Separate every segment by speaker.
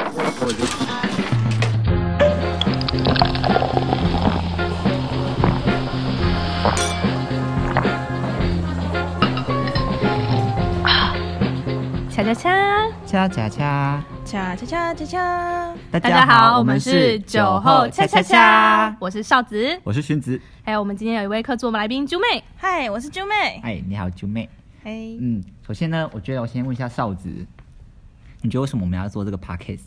Speaker 1: 我就。
Speaker 2: 恰恰恰
Speaker 3: 恰恰恰，
Speaker 4: 恰恰恰恰恰，
Speaker 3: 大
Speaker 2: 大家好，我们是酒后恰恰恰，，我是少子，
Speaker 3: 我是荀子。
Speaker 2: 还有我们今天有一位客座来宾朱妹，
Speaker 4: 嗨，我是啾妹，
Speaker 3: 哎，你好，九妹。
Speaker 4: 嘿，
Speaker 3: 嗯，首先呢，我觉得我先问一下少子，你觉得为什么我们要做这个 podcast？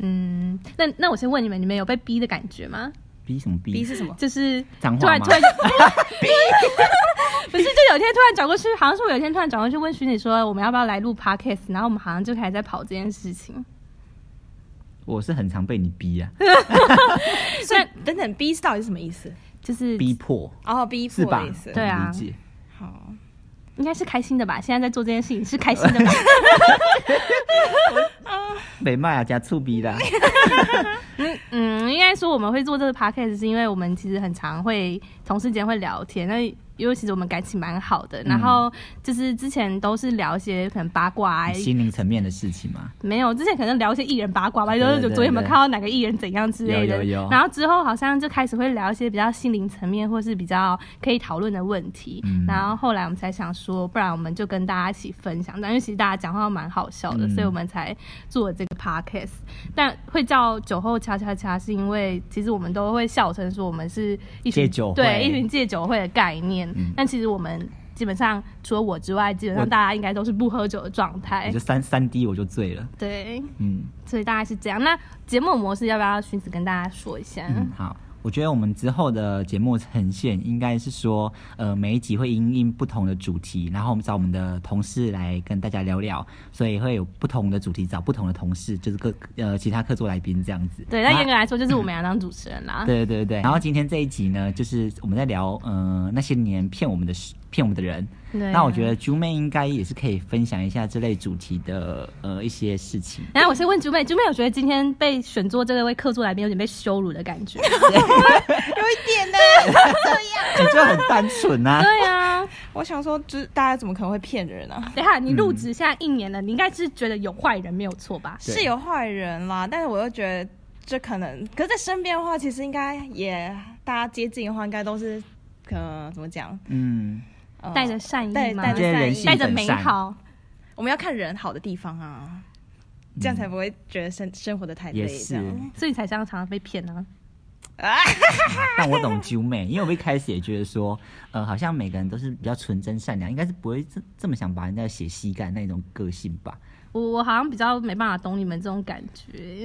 Speaker 2: 嗯，那那我先问你们，你们有被逼的感觉吗？
Speaker 3: 逼什么逼？
Speaker 4: B 是 什么？
Speaker 2: 就是
Speaker 3: 脏
Speaker 2: 突
Speaker 3: 话
Speaker 2: 然
Speaker 3: 吗
Speaker 2: 突 然不是，就有一天突然转过去，好像是我有一天突然转过去问徐你说我们要不要来录 podcast，然后我们好像就开始在跑这件事情。
Speaker 3: 我是很常被你 逼啊，
Speaker 4: 所以等等，B 是到底是什么意思？
Speaker 2: 就是
Speaker 3: 逼迫
Speaker 4: 哦，B
Speaker 3: 是吧
Speaker 4: 的意思？？
Speaker 2: 对啊
Speaker 3: 理解。
Speaker 4: 好，
Speaker 2: 应该是开心的吧？现在在做这件事情是开心的吧？
Speaker 3: 北麦啊，加醋 逼啦。
Speaker 2: 嗯，应该说我们会做这个 podcast 是因为我们其实很常会同事间会聊天，那因为其实我们感情蛮好的，然后就是之前都是聊一些可能八卦啊，
Speaker 3: 心灵层面的事情嘛，
Speaker 2: 没有之前可能聊一些艺人八卦吧，就
Speaker 3: 对
Speaker 2: 是
Speaker 3: 对对
Speaker 2: 昨天有没有看到哪个艺人怎样之类的，
Speaker 3: 有有有
Speaker 2: 然后之后好像就开始会聊一些比较心灵层面或是比较可以讨论的问题，
Speaker 3: 嗯
Speaker 2: 然后后来我们才想说，不然我们就跟大家一起分享，但因为其实大家讲话都蛮好笑的，
Speaker 3: 嗯
Speaker 2: 所以我们才做了这个 podcast。但会叫酒后恰恰恰，是因为其实我们都会笑称说我们是一群
Speaker 3: 戒酒会
Speaker 2: 对一群戒酒会的概念，
Speaker 3: 嗯
Speaker 2: 但其实我们。基本上除了我之外，基本上
Speaker 3: 我
Speaker 2: 大家应该都是不喝酒的状
Speaker 3: 我
Speaker 2: 态
Speaker 3: 就。三三滴我就醉了。
Speaker 2: 对，
Speaker 3: 嗯
Speaker 2: 所以大概是这样。那节目模式要不要荀子跟大家说一下？
Speaker 3: 嗯，好。我觉得我们之后的节目呈现应该是说，呃，每一集会因应不同的主题，然后我们找我们的同事来跟大家聊聊，所以会有不同的主题，找不同的同事，就是各呃其他客座来宾这样子。
Speaker 2: 对，那
Speaker 3: 然后
Speaker 2: 严格来说就是我们要当主持人啦。
Speaker 3: 对对对，然后今天这一集呢，就是我们在聊，呃，那些年骗我们的事骗我们的人。
Speaker 2: 对啊
Speaker 3: 那我觉得猪妹应该也是可以分享一下这类主题的呃一些 事情。
Speaker 2: 然后我先问竹妹，竹妹有觉得今天被选做这位客座来宾有点被羞辱的感 觉？
Speaker 4: 有一 点呢，
Speaker 3: 你就很单纯啊，
Speaker 2: 对啊，
Speaker 4: 我想说，就是大家怎么可能会骗人啊？
Speaker 2: 等一下
Speaker 3: 嗯
Speaker 2: 你入职现在一年了，你应该是觉得有坏人没有错吧？
Speaker 3: 对
Speaker 4: 是有坏人啦，但是我又觉得这可能，可是在身边的话，其实应该也大家接近的话，应该都是呃怎么讲？
Speaker 3: 嗯，
Speaker 4: 呃
Speaker 2: 带着善意
Speaker 4: 带
Speaker 2: 吗
Speaker 4: 带
Speaker 3: 这些
Speaker 4: 着
Speaker 3: 人
Speaker 4: 善
Speaker 3: 性
Speaker 4: 意，
Speaker 2: 带着美好，
Speaker 4: 我们要看人好的地方啊，这样才不会觉得生生活的太累。
Speaker 3: 嗯也
Speaker 4: 这
Speaker 3: 是。
Speaker 4: 样
Speaker 2: 所以才常常被骗啊。
Speaker 4: 啊，
Speaker 3: 但我懂啾妹，因为我一开始也觉得说，呃，好像每个人都是比较纯真善良，应该是不会这这么想把人家写膝盖那种个性吧。
Speaker 2: 我我好像比较没办法懂你们这种感觉，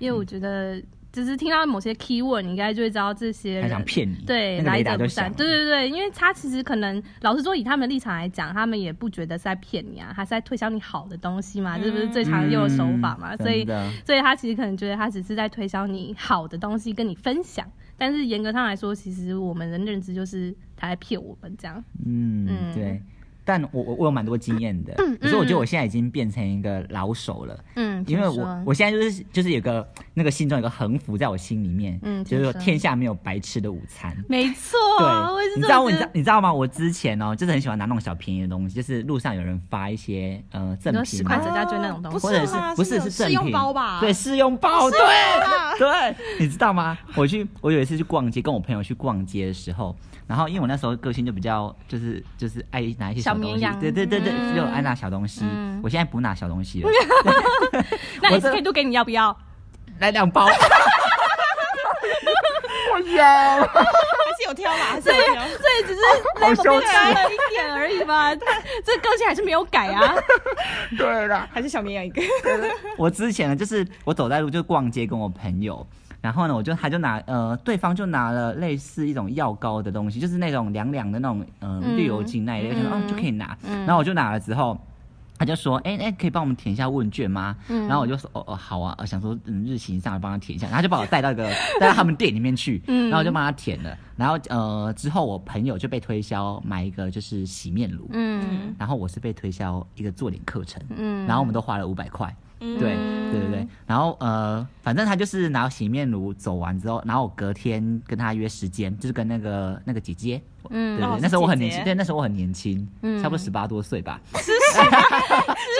Speaker 2: 因为我觉得就是听到某些 keyword，你应该就会知道这些人
Speaker 3: 他想骗你，
Speaker 2: 对，
Speaker 3: 那个
Speaker 2: 来
Speaker 3: 雷
Speaker 2: 者
Speaker 3: 达
Speaker 2: 不
Speaker 3: 就
Speaker 2: 善
Speaker 3: 响。。
Speaker 2: 对对对，因为他其实可能，老实说，以他们的立场来讲，他们也不觉得是在骗你啊，他是在推销你好的东西嘛，这不是最常用的手法嘛？
Speaker 3: 嗯
Speaker 2: 所以
Speaker 3: 真的，
Speaker 2: 所以他其实可能觉得他只是在推销你好的东西跟你分享，但是严格上来说，其实我们的认知就是他在骗我们这样。嗯
Speaker 3: 嗯，对。但我我我有蛮多经验的，可是我觉得我现在已经变成一个老手了，
Speaker 2: 嗯，
Speaker 3: 因
Speaker 2: 听
Speaker 3: 为我
Speaker 2: 说
Speaker 3: 我现在就是就是有个那个心中有个横幅在我心里面，
Speaker 2: 嗯
Speaker 3: 就是
Speaker 2: 听
Speaker 3: 说
Speaker 2: 说
Speaker 3: 天下没有白吃的午餐。
Speaker 2: 没错，我也
Speaker 3: 对，
Speaker 2: 是
Speaker 3: 你
Speaker 2: 这
Speaker 3: 知道
Speaker 2: 么
Speaker 3: 我
Speaker 2: 觉
Speaker 3: 你知道
Speaker 2: 得。
Speaker 3: 你知道吗？我之前哦，就是很喜欢拿那种小便宜的东西，就是路上有人发一些呃赠
Speaker 2: 你说
Speaker 3: 品
Speaker 2: 10
Speaker 3: 啊，
Speaker 2: 块钱啊大家捐那种东西
Speaker 4: 不
Speaker 3: 或者
Speaker 4: 啊是
Speaker 3: 是
Speaker 4: 吗
Speaker 3: 不是
Speaker 4: 有
Speaker 3: 是
Speaker 4: 试
Speaker 3: 正
Speaker 4: 用
Speaker 3: 品
Speaker 4: 包吧？
Speaker 3: 对，试用包，对
Speaker 4: 吧
Speaker 3: 对，你知道吗？我去，我有一次去逛街，跟我朋友去逛街的时候，然后因为我那时候个性就比较就是就是爱拿一些
Speaker 2: 小
Speaker 3: 东
Speaker 2: 绵
Speaker 3: 西
Speaker 2: 羊，嗯
Speaker 3: 对对对对，就爱拿小东西。我现在不拿小 东西了，
Speaker 2: 那
Speaker 3: 我
Speaker 2: 也是
Speaker 3: 这
Speaker 2: 可以多给你要不 要？
Speaker 3: 来两 包。 我有，
Speaker 4: 还 是有挑啦，还是有挑。
Speaker 2: 这只是
Speaker 3: 啊 好
Speaker 2: level
Speaker 3: 羞
Speaker 2: 被
Speaker 3: 耻
Speaker 2: 加了一点而已嘛，这个性还是没有改 啊。
Speaker 3: 对啦，
Speaker 4: 还是小绵羊一个，
Speaker 3: 我之前呢，就是我走在路就逛街，跟我朋友，然后呢，我就他就拿呃，对方就拿了类似一种药膏的东西，就是那种凉凉的那种、
Speaker 2: 嗯
Speaker 3: 嗯绿油精那一类，我想说哦就可以拿，然后我就拿了之后。他就说：“哎、哎、可以帮我们填一下问卷吗？”然后我就说：“哦哦，好啊，呃想说嗯日行上帮他填一下。”然后他就把我带到一个带到他们店里面去，然后我就帮他填了。然后呃之后我朋友就被推销买一个就是洗面乳，
Speaker 2: 嗯
Speaker 3: 然后我是被推销一个做脸课程，
Speaker 2: 嗯
Speaker 3: 然后我们都花了五百块。对对对对，然后呃，反正他就是拿洗面乳走完之后，然后我隔天跟他约时间，就是跟那个那个姐姐，
Speaker 2: 嗯
Speaker 3: 对对
Speaker 4: 哦
Speaker 3: 对，
Speaker 4: 是
Speaker 3: 那时候我很
Speaker 4: 姐
Speaker 3: 年轻，
Speaker 4: 姐
Speaker 3: 对，那时候我很年 轻，差不多十八多岁吧，
Speaker 4: 是是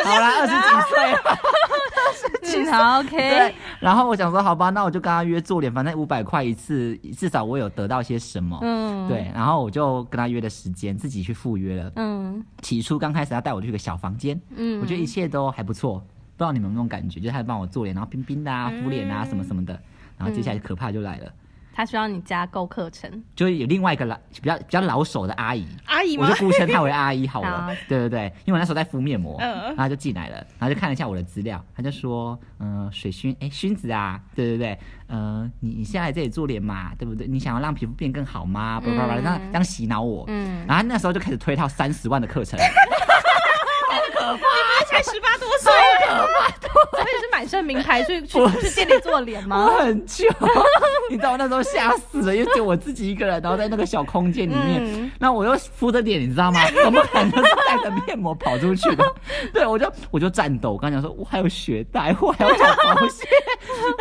Speaker 3: 好啦，二十几岁，
Speaker 2: 嗯，好，OK，
Speaker 3: 啊然后我想说，好吧，那我就跟他约做脸，反正五百块一次，至少我有得到些什么。
Speaker 2: 嗯，，
Speaker 3: 对，然后我就跟他约的时间，自己去赴约了。
Speaker 2: 嗯
Speaker 3: 起初刚开始他带我去一个小房间，
Speaker 2: 嗯，
Speaker 3: 我觉得一切都还不错。不知道你们有没有那种感觉，就是他帮我做脸，然后冰冰的
Speaker 2: 嗯
Speaker 3: 啊、敷脸啊什么什么的。然后接下来可怕就来了，
Speaker 2: 他需要你加购课程，
Speaker 3: 就是有另外一个老比较比较老手的阿姨，
Speaker 4: 阿姨
Speaker 3: 我
Speaker 4: 吗
Speaker 3: 就？姑称她为阿姨好了
Speaker 2: 好。
Speaker 3: 对对对，因为我那时候在敷面膜，
Speaker 4: 嗯
Speaker 3: 然后她就进来了，然后就看了一下我的资料，她就说，嗯、水薰，哎，薰子啊，对对对，呃，你你现在来这里做脸嘛，对不对？你想要让皮肤变更好吗？叭叭叭，这样这样洗脑我。
Speaker 2: 嗯
Speaker 3: 然后她那时候就开始推到三十万的课程，
Speaker 4: 他啊才十八多岁，
Speaker 2: 所以是买身名牌去去去店里做脸吗？
Speaker 3: 我很久，你知道我那时候吓死了，因为就我自己一个人，然后在那个小空间里面
Speaker 2: 嗯，
Speaker 3: 那、我又敷着脸，你知道吗？怎么可能是带着面膜跑出去的？对，我就我就战斗，我刚讲说我还有血袋，我还有小保险，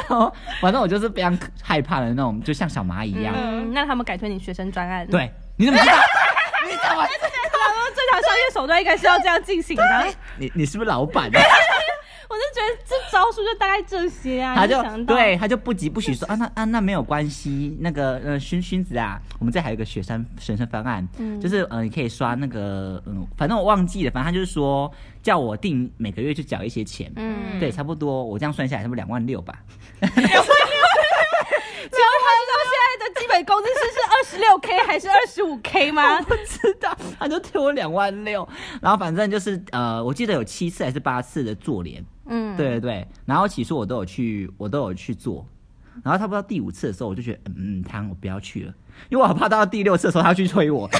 Speaker 3: 然后反正我就是非常害怕的那种，就像小蚂蚁一样。
Speaker 2: 嗯，那他们改推你学生专案，，
Speaker 3: 对，你怎么知道？你怎么？
Speaker 2: 这条商业手段应该是要这样进行的。
Speaker 3: 你你是不是老板、啊？
Speaker 2: 我就觉得这招数就大概这些啊，
Speaker 3: 他
Speaker 2: 你
Speaker 3: 就
Speaker 2: 想到
Speaker 3: 对，他就不急不徐说啊，那啊那没有关系，那个呃熏熏子啊，我们这还有一个雪山神圣方案，
Speaker 2: 嗯
Speaker 3: 就是呃你可以刷那个嗯，反正我忘记了，反正他就是说叫我定每个月去缴一些钱，
Speaker 2: 嗯，
Speaker 3: 对，差不多我这样算下来差不多两万 六吧，
Speaker 2: 请问他知道现在的基本工资是是 二十六 k 还是二十五 k 吗？
Speaker 3: 不知道，他就退我两万六，然后反正就是呃，我记得有七次还是八次的做脸，
Speaker 2: 嗯，
Speaker 3: 对对对，然后起初我都有去，我都有去做，然后差不多到第五次的时候，我就觉得，嗯嗯，汤我不要去了，因为我好怕到第六次的时候他要去催我。就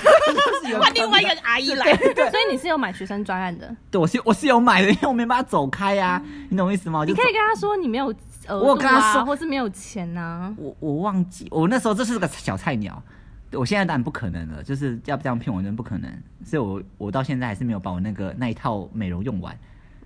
Speaker 3: 是有
Speaker 4: 换另外一个阿姨来，
Speaker 2: 所以你是有买学生专案的，
Speaker 3: 对，我是我是有买的，因为我没办法走开呀、
Speaker 4: 嗯
Speaker 3: 你懂我意思吗？我就
Speaker 2: 你可以跟他说你没有额
Speaker 3: 我有
Speaker 2: 度
Speaker 3: 跟他
Speaker 2: 啊，
Speaker 3: 说
Speaker 2: 或是没有钱啊呐、
Speaker 3: 我我忘记，我那时候这是个小菜鸟，对我现在当然不可能了，就是要这样骗我真的不可能，所以我我到现在还是没有把我那个那一套美容用完。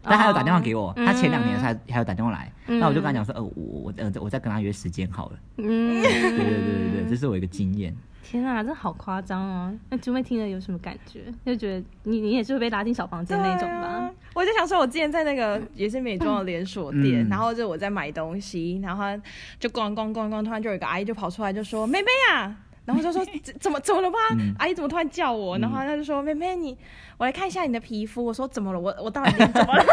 Speaker 3: 但他有打电
Speaker 4: 哦
Speaker 3: 话给我，他前两
Speaker 4: 嗯
Speaker 3: 年才还有打电话来，那我就跟他讲说，呃，我我呃我再跟他约时间好了。
Speaker 2: 嗯，
Speaker 3: 对对对对对，这是我一个经验。
Speaker 2: 天啊，这好夸张哦！那九妹听了有什么感觉？就觉得你你也是会被拉进小房间那种吧？
Speaker 4: 啊我就想说，我之前在那个也是美妆的连锁店，
Speaker 3: 嗯
Speaker 4: 然后就我在买东西，然后她就逛逛逛逛，突然就有一个阿姨就跑出来就说：“妹妹啊！”然后我就说怎怎么怎么了吗？
Speaker 3: 嗯
Speaker 4: 阿姨怎么突然叫我？然后她就说：“妹妹你，我来看一下你的皮肤。”我说：“怎么了？我 我到底脸怎么了？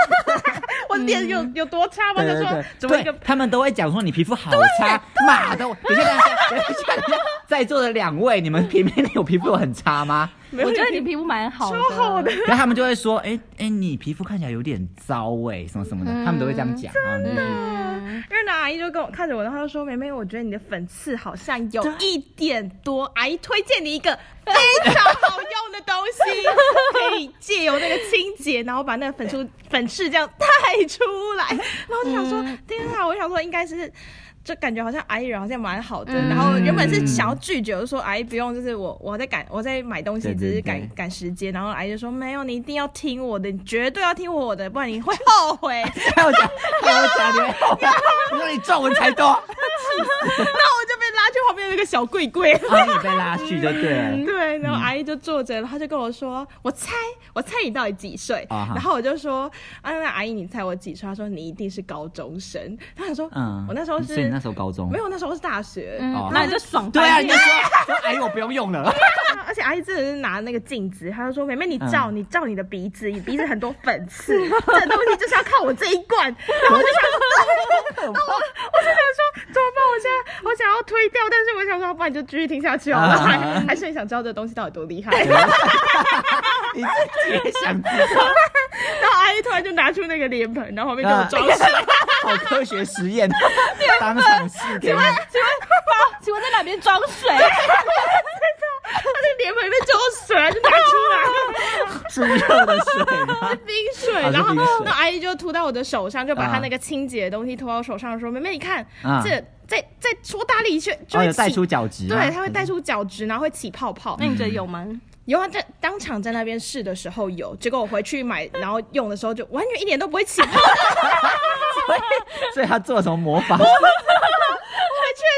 Speaker 4: 我脸有有多差吗？”她
Speaker 3: 嗯对
Speaker 4: 说
Speaker 3: 对：“
Speaker 4: 怎么
Speaker 3: 对，
Speaker 4: 一个
Speaker 3: 对，他们都会讲说你皮肤好差，妈的！我等一下，等一下，等一下，等一下，在座的两位，你们皮 面有皮肤有很差吗？
Speaker 4: 没有
Speaker 2: 我觉得
Speaker 4: 脸
Speaker 2: 你皮肤蛮好的，
Speaker 4: 超好的，
Speaker 3: 然后他们就会说，哎哎，你皮肤看起来有点糟哎，什么什么的，
Speaker 4: 嗯
Speaker 3: 他们都会这样讲。然后你就
Speaker 2: 嗯，
Speaker 4: 因为那阿姨就跟我看着我，然后就说：“妹妹，我觉得你的粉刺好像有一点多，阿姨推荐你一个非常好用的东西， 可以借由那个清洁，然后把那个粉刺粉刺这样带出来。”然后我就想说：“
Speaker 3: 嗯
Speaker 4: 天啊！”我想说应该是。就感觉好像阿姨人好像蛮好的，
Speaker 2: 嗯
Speaker 4: 然后原本是想要拒绝，我就说阿姨不用，就是我我在赶我在买东西，
Speaker 3: 对对
Speaker 4: 只
Speaker 3: 对
Speaker 4: 是赶赶时间，然后阿姨就说没有，你一定要听我的，你绝对要听我的，不然你会后悔。
Speaker 3: 还有讲，还有讲你，我说你皱纹才多，
Speaker 4: 那我就被拉去旁边那个小柜柜。
Speaker 3: 然后你被拉去就 对了。
Speaker 4: 对，然后阿姨就坐着，然后就跟我说：“我猜，我猜你到底几岁？”
Speaker 3: 啊哈
Speaker 4: 然后我就说：“啊，那阿姨，你猜我几岁？”她说：“你一定是高中生。”她想说：“
Speaker 3: 嗯，
Speaker 4: 我那时候
Speaker 3: 所以
Speaker 4: 是
Speaker 3: 你那时候高中
Speaker 4: 没有，那时候是大学。
Speaker 2: 嗯
Speaker 3: 哦，
Speaker 2: 那你就爽
Speaker 3: 对啊，
Speaker 2: 翻
Speaker 3: 你
Speaker 2: 天
Speaker 3: 就说，说哎，我不用用 了。
Speaker 4: 而且阿姨真的是拿那个镜子，她就说：“妹妹，你照，
Speaker 3: 嗯
Speaker 4: 你照你的鼻子，你鼻子很多粉 刺，这东西就是要靠我这一罐。” 然后我就 想，哦我就想说怎么办？我现在我想要推掉，但是我想说，不然就继续听下去好了。
Speaker 3: 啊
Speaker 4: 还是很想知道这东西到底多厉害。
Speaker 3: 你自己也想知 道，
Speaker 4: 然后阿姨突然就拿出那个脸盆，然后旁边就有装 饰。
Speaker 3: 好科学实验，当场试给你。
Speaker 2: 请问请问在哪边装 水？
Speaker 4: 她那脸盆里面就有水，她就拿 出来
Speaker 3: 是热的水吗？
Speaker 4: 冰水，
Speaker 3: 啊是
Speaker 4: 然后
Speaker 3: 冰水
Speaker 4: 那阿姨就涂到我的手上，就把
Speaker 3: 啊
Speaker 4: 她那个清洁的东西涂到我手上，说：“妹妹，你看
Speaker 3: 啊
Speaker 4: 这再再搓大力一圈 就
Speaker 3: 哦，
Speaker 4: 会
Speaker 3: 有带
Speaker 4: 起
Speaker 3: 出。”角质吗，嗯
Speaker 4: 对，它会带出角质，然后会起泡泡
Speaker 2: 那。你觉得有吗？
Speaker 4: 有啊，在当场在那边试的时候有，结果我回去买，然后用的时候就完全一点都不 会起泡。回去
Speaker 3: 所以，所以他做了什么魔 法？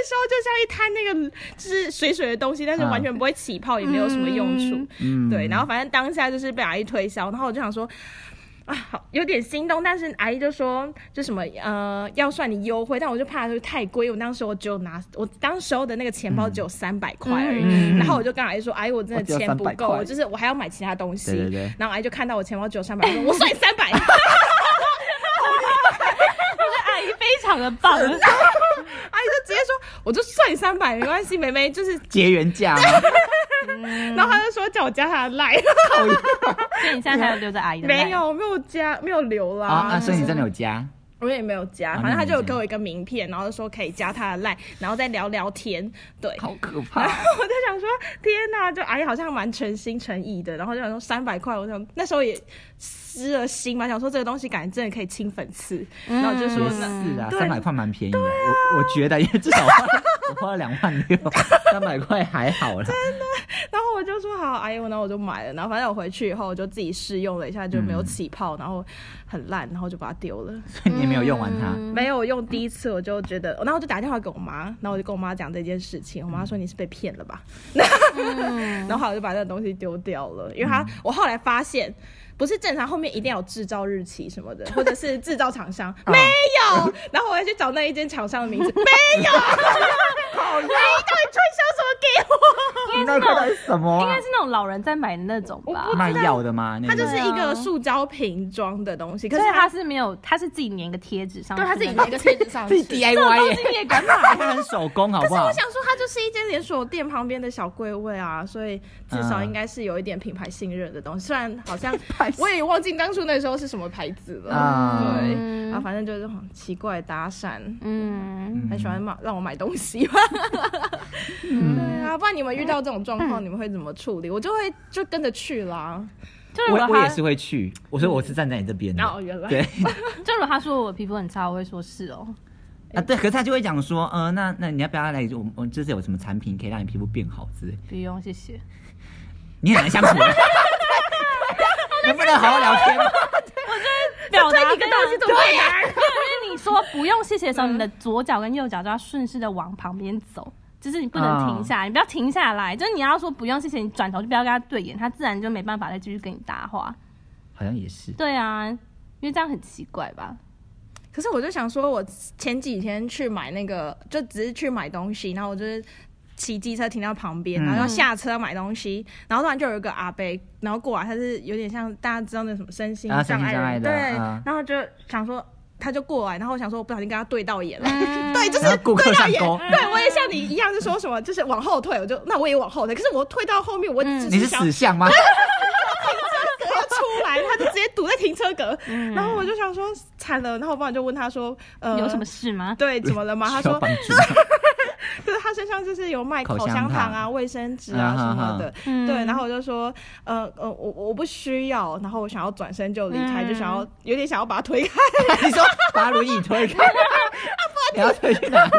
Speaker 4: 的时候就像一滩那个就是水水的东西，但是
Speaker 3: 啊
Speaker 4: 完全不会起泡，也没有什么用处。
Speaker 3: 嗯
Speaker 4: 对，然后反正当下就是被阿姨推销，然后我就想说。啊，好有点心动，但是阿姨就说就什么呃要算你优惠，但我就怕就是太贵，我当时我只有拿我当时候的那个钱包只有三百块而已，
Speaker 3: 嗯
Speaker 4: 然后我就跟阿姨说，阿姨我真
Speaker 3: 我
Speaker 4: 的
Speaker 3: 只有
Speaker 4: 钱不
Speaker 3: 300
Speaker 4: 够，
Speaker 3: 块
Speaker 4: 我就是我还要买其他东西，
Speaker 3: 对对对
Speaker 4: 然后阿姨就看到我钱包只有三百，说我算你三百，
Speaker 2: 阿姨非常的 棒，
Speaker 4: 阿姨就直接说我就算你三百没关系，妹妹就是，
Speaker 3: 结缘价吗？嗯
Speaker 4: 然后她就说叫我加她的赖，
Speaker 2: 所以你现在还有留着阿姨的 line？
Speaker 4: 没有没有加没有留啦，
Speaker 3: 啊啊，所以你真的有加？
Speaker 4: 我也没有
Speaker 3: 啊
Speaker 4: 加，反正他
Speaker 3: 那你
Speaker 4: 就有
Speaker 3: 没
Speaker 4: 给
Speaker 3: 加
Speaker 4: 我一个名片，然后就说可以加他的 line，然后再聊聊天。对，
Speaker 3: 好可怕！
Speaker 4: 我就想说，天哪，就哎阿姨好像蛮诚心诚意的，然后就想说三百块，我想那时候也失了心嘛，想说这个东西感觉真的可以清粉刺，
Speaker 3: 嗯
Speaker 4: 然后我就说
Speaker 3: 也
Speaker 4: 呢，
Speaker 3: 是啊，
Speaker 4: 对
Speaker 3: 三百块蛮便宜的，我我觉得，因为至少我花 我花了两万六，三百块还好啦。
Speaker 4: 嗯然后我就说好，阿姨，然后我就买了，然后反正我回去以后我就自己试用了一下，就
Speaker 3: 嗯
Speaker 4: 没有起泡，然后很烂，然后就把它丢了。
Speaker 3: 所以你也没有用完它，
Speaker 2: 嗯
Speaker 4: 没有用第一次我就觉得，然后我就打电话给我妈，然后我就跟我妈讲这件事情，我妈说你是被骗了吧， 然后后来我就把那个东西丢掉了，因为她我后来发现。不是正常，后面一定要有制造日期什么 的，或者是制造厂商没有，然后我要去找那一间厂商的名字没有，哎好累，到底啊推销什 么给我？
Speaker 3: 你那块到底是什么
Speaker 2: 应
Speaker 3: 啊
Speaker 2: 该？是那种老人在买的那种吧
Speaker 4: 我。不
Speaker 3: 卖药的吗？那
Speaker 4: 它
Speaker 3: 个
Speaker 4: 就是一个塑胶瓶装的东西，可
Speaker 2: 可
Speaker 4: 是
Speaker 2: 是他
Speaker 4: 它
Speaker 2: 是没有，他是自己粘一个贴纸上去
Speaker 4: 对
Speaker 2: 的
Speaker 4: 啊它
Speaker 2: 那
Speaker 4: 自己
Speaker 2: 种，
Speaker 4: 拿一个贴纸上
Speaker 3: 自己
Speaker 4: 去。
Speaker 3: DIY 耶，
Speaker 2: 你也 敢买？
Speaker 3: 它很手工，好
Speaker 4: 可
Speaker 3: 不
Speaker 4: 是
Speaker 3: 好
Speaker 4: 我？想说，它就是一间连锁店旁边的小柜位啊，所以至少
Speaker 3: 嗯
Speaker 4: 应该是有一点品牌信任的东西。虽然 好像
Speaker 3: 牌信
Speaker 4: 我也忘记当初那时候是什么牌子了，
Speaker 3: 啊
Speaker 4: 对、
Speaker 2: 嗯
Speaker 4: 啊，反正就是很奇怪的搭讪，
Speaker 2: 嗯，
Speaker 3: 嗯
Speaker 4: 很喜欢买让我买东西 吧。
Speaker 3: 嗯
Speaker 4: 对啊，不然你们遇到这种状况，你们会怎么处理？我就会就跟着去啦。
Speaker 2: 就如果
Speaker 3: 我我也
Speaker 2: 他
Speaker 3: 是会去，我说我是站在你这边的。
Speaker 4: 哦原来
Speaker 3: 对
Speaker 2: 就如果他说我皮肤很差，我会说是哦。
Speaker 3: 啊，对，可是他就会讲说，呃，那那你要不要来？我们我们这是有什么产品可以让你皮肤变好之类？
Speaker 2: 不用，谢谢。
Speaker 3: 你很难相处。 能不能好好聊天吗？
Speaker 2: 表达
Speaker 4: 对哎啊你
Speaker 2: 非
Speaker 4: 跟
Speaker 2: 常
Speaker 4: 东西怎么会拿？
Speaker 2: 因为你说不用谢谢的时候，你的左脚跟右脚就要顺势的往旁边走，就是你不能停
Speaker 4: 啊
Speaker 2: 下来，你不要停下来，就是你要说不用谢谢，你转头就不要跟他对眼，他自然就没办法再继续跟你搭话。
Speaker 3: 好像也是，
Speaker 2: 对啊，因为这样很奇怪吧？
Speaker 4: 可是我就想说，我前几天去买那个，就只是去买东西，然后我就是骑机车停到旁边，
Speaker 3: 嗯
Speaker 4: 然后要下车买东西，然后突然就有一个阿伯，然后过来，他是有点像大家知道那什么身心
Speaker 3: 啊
Speaker 4: 障
Speaker 3: 身心障
Speaker 4: 碍
Speaker 3: 碍
Speaker 4: 人，
Speaker 3: 的
Speaker 4: 对，
Speaker 3: 啊
Speaker 4: 然后就想说。他就过来，然后我想说，我不小心跟他对到眼了，
Speaker 2: 嗯
Speaker 4: 对，就是
Speaker 3: 啊然后顾客
Speaker 4: 对到
Speaker 3: 上
Speaker 4: 眼，
Speaker 3: 钩
Speaker 4: 对我也像你一样，就说什么，就是往后退，我就那我也往后退，可是我退到后面，我
Speaker 2: 嗯
Speaker 4: 只
Speaker 3: 你
Speaker 4: 是
Speaker 3: 是
Speaker 4: 想
Speaker 3: 死相 吗？
Speaker 4: 格要出来，他就直接堵在停车 格，
Speaker 3: 嗯
Speaker 4: 然后我就想说惨了，然后我爸爸就问他说，呃，
Speaker 2: 有什么事吗？
Speaker 4: 对，怎么了啊吗？他
Speaker 3: 需要
Speaker 4: 说
Speaker 3: 帮， 助。
Speaker 4: 就是他身上就是有卖
Speaker 3: 口
Speaker 4: 口
Speaker 3: 香
Speaker 4: 香糖啊、
Speaker 3: 糖
Speaker 4: 卫生纸啊
Speaker 3: 嗯
Speaker 4: 什么
Speaker 3: 哼
Speaker 4: 的。
Speaker 2: 嗯
Speaker 4: 对，然后我就说，呃呃，我我不需要，然后我想要转身就离开，就想要有点想要把他推开，
Speaker 3: 你说把轮椅推开，
Speaker 4: 啊
Speaker 3: 你要推去哪 里？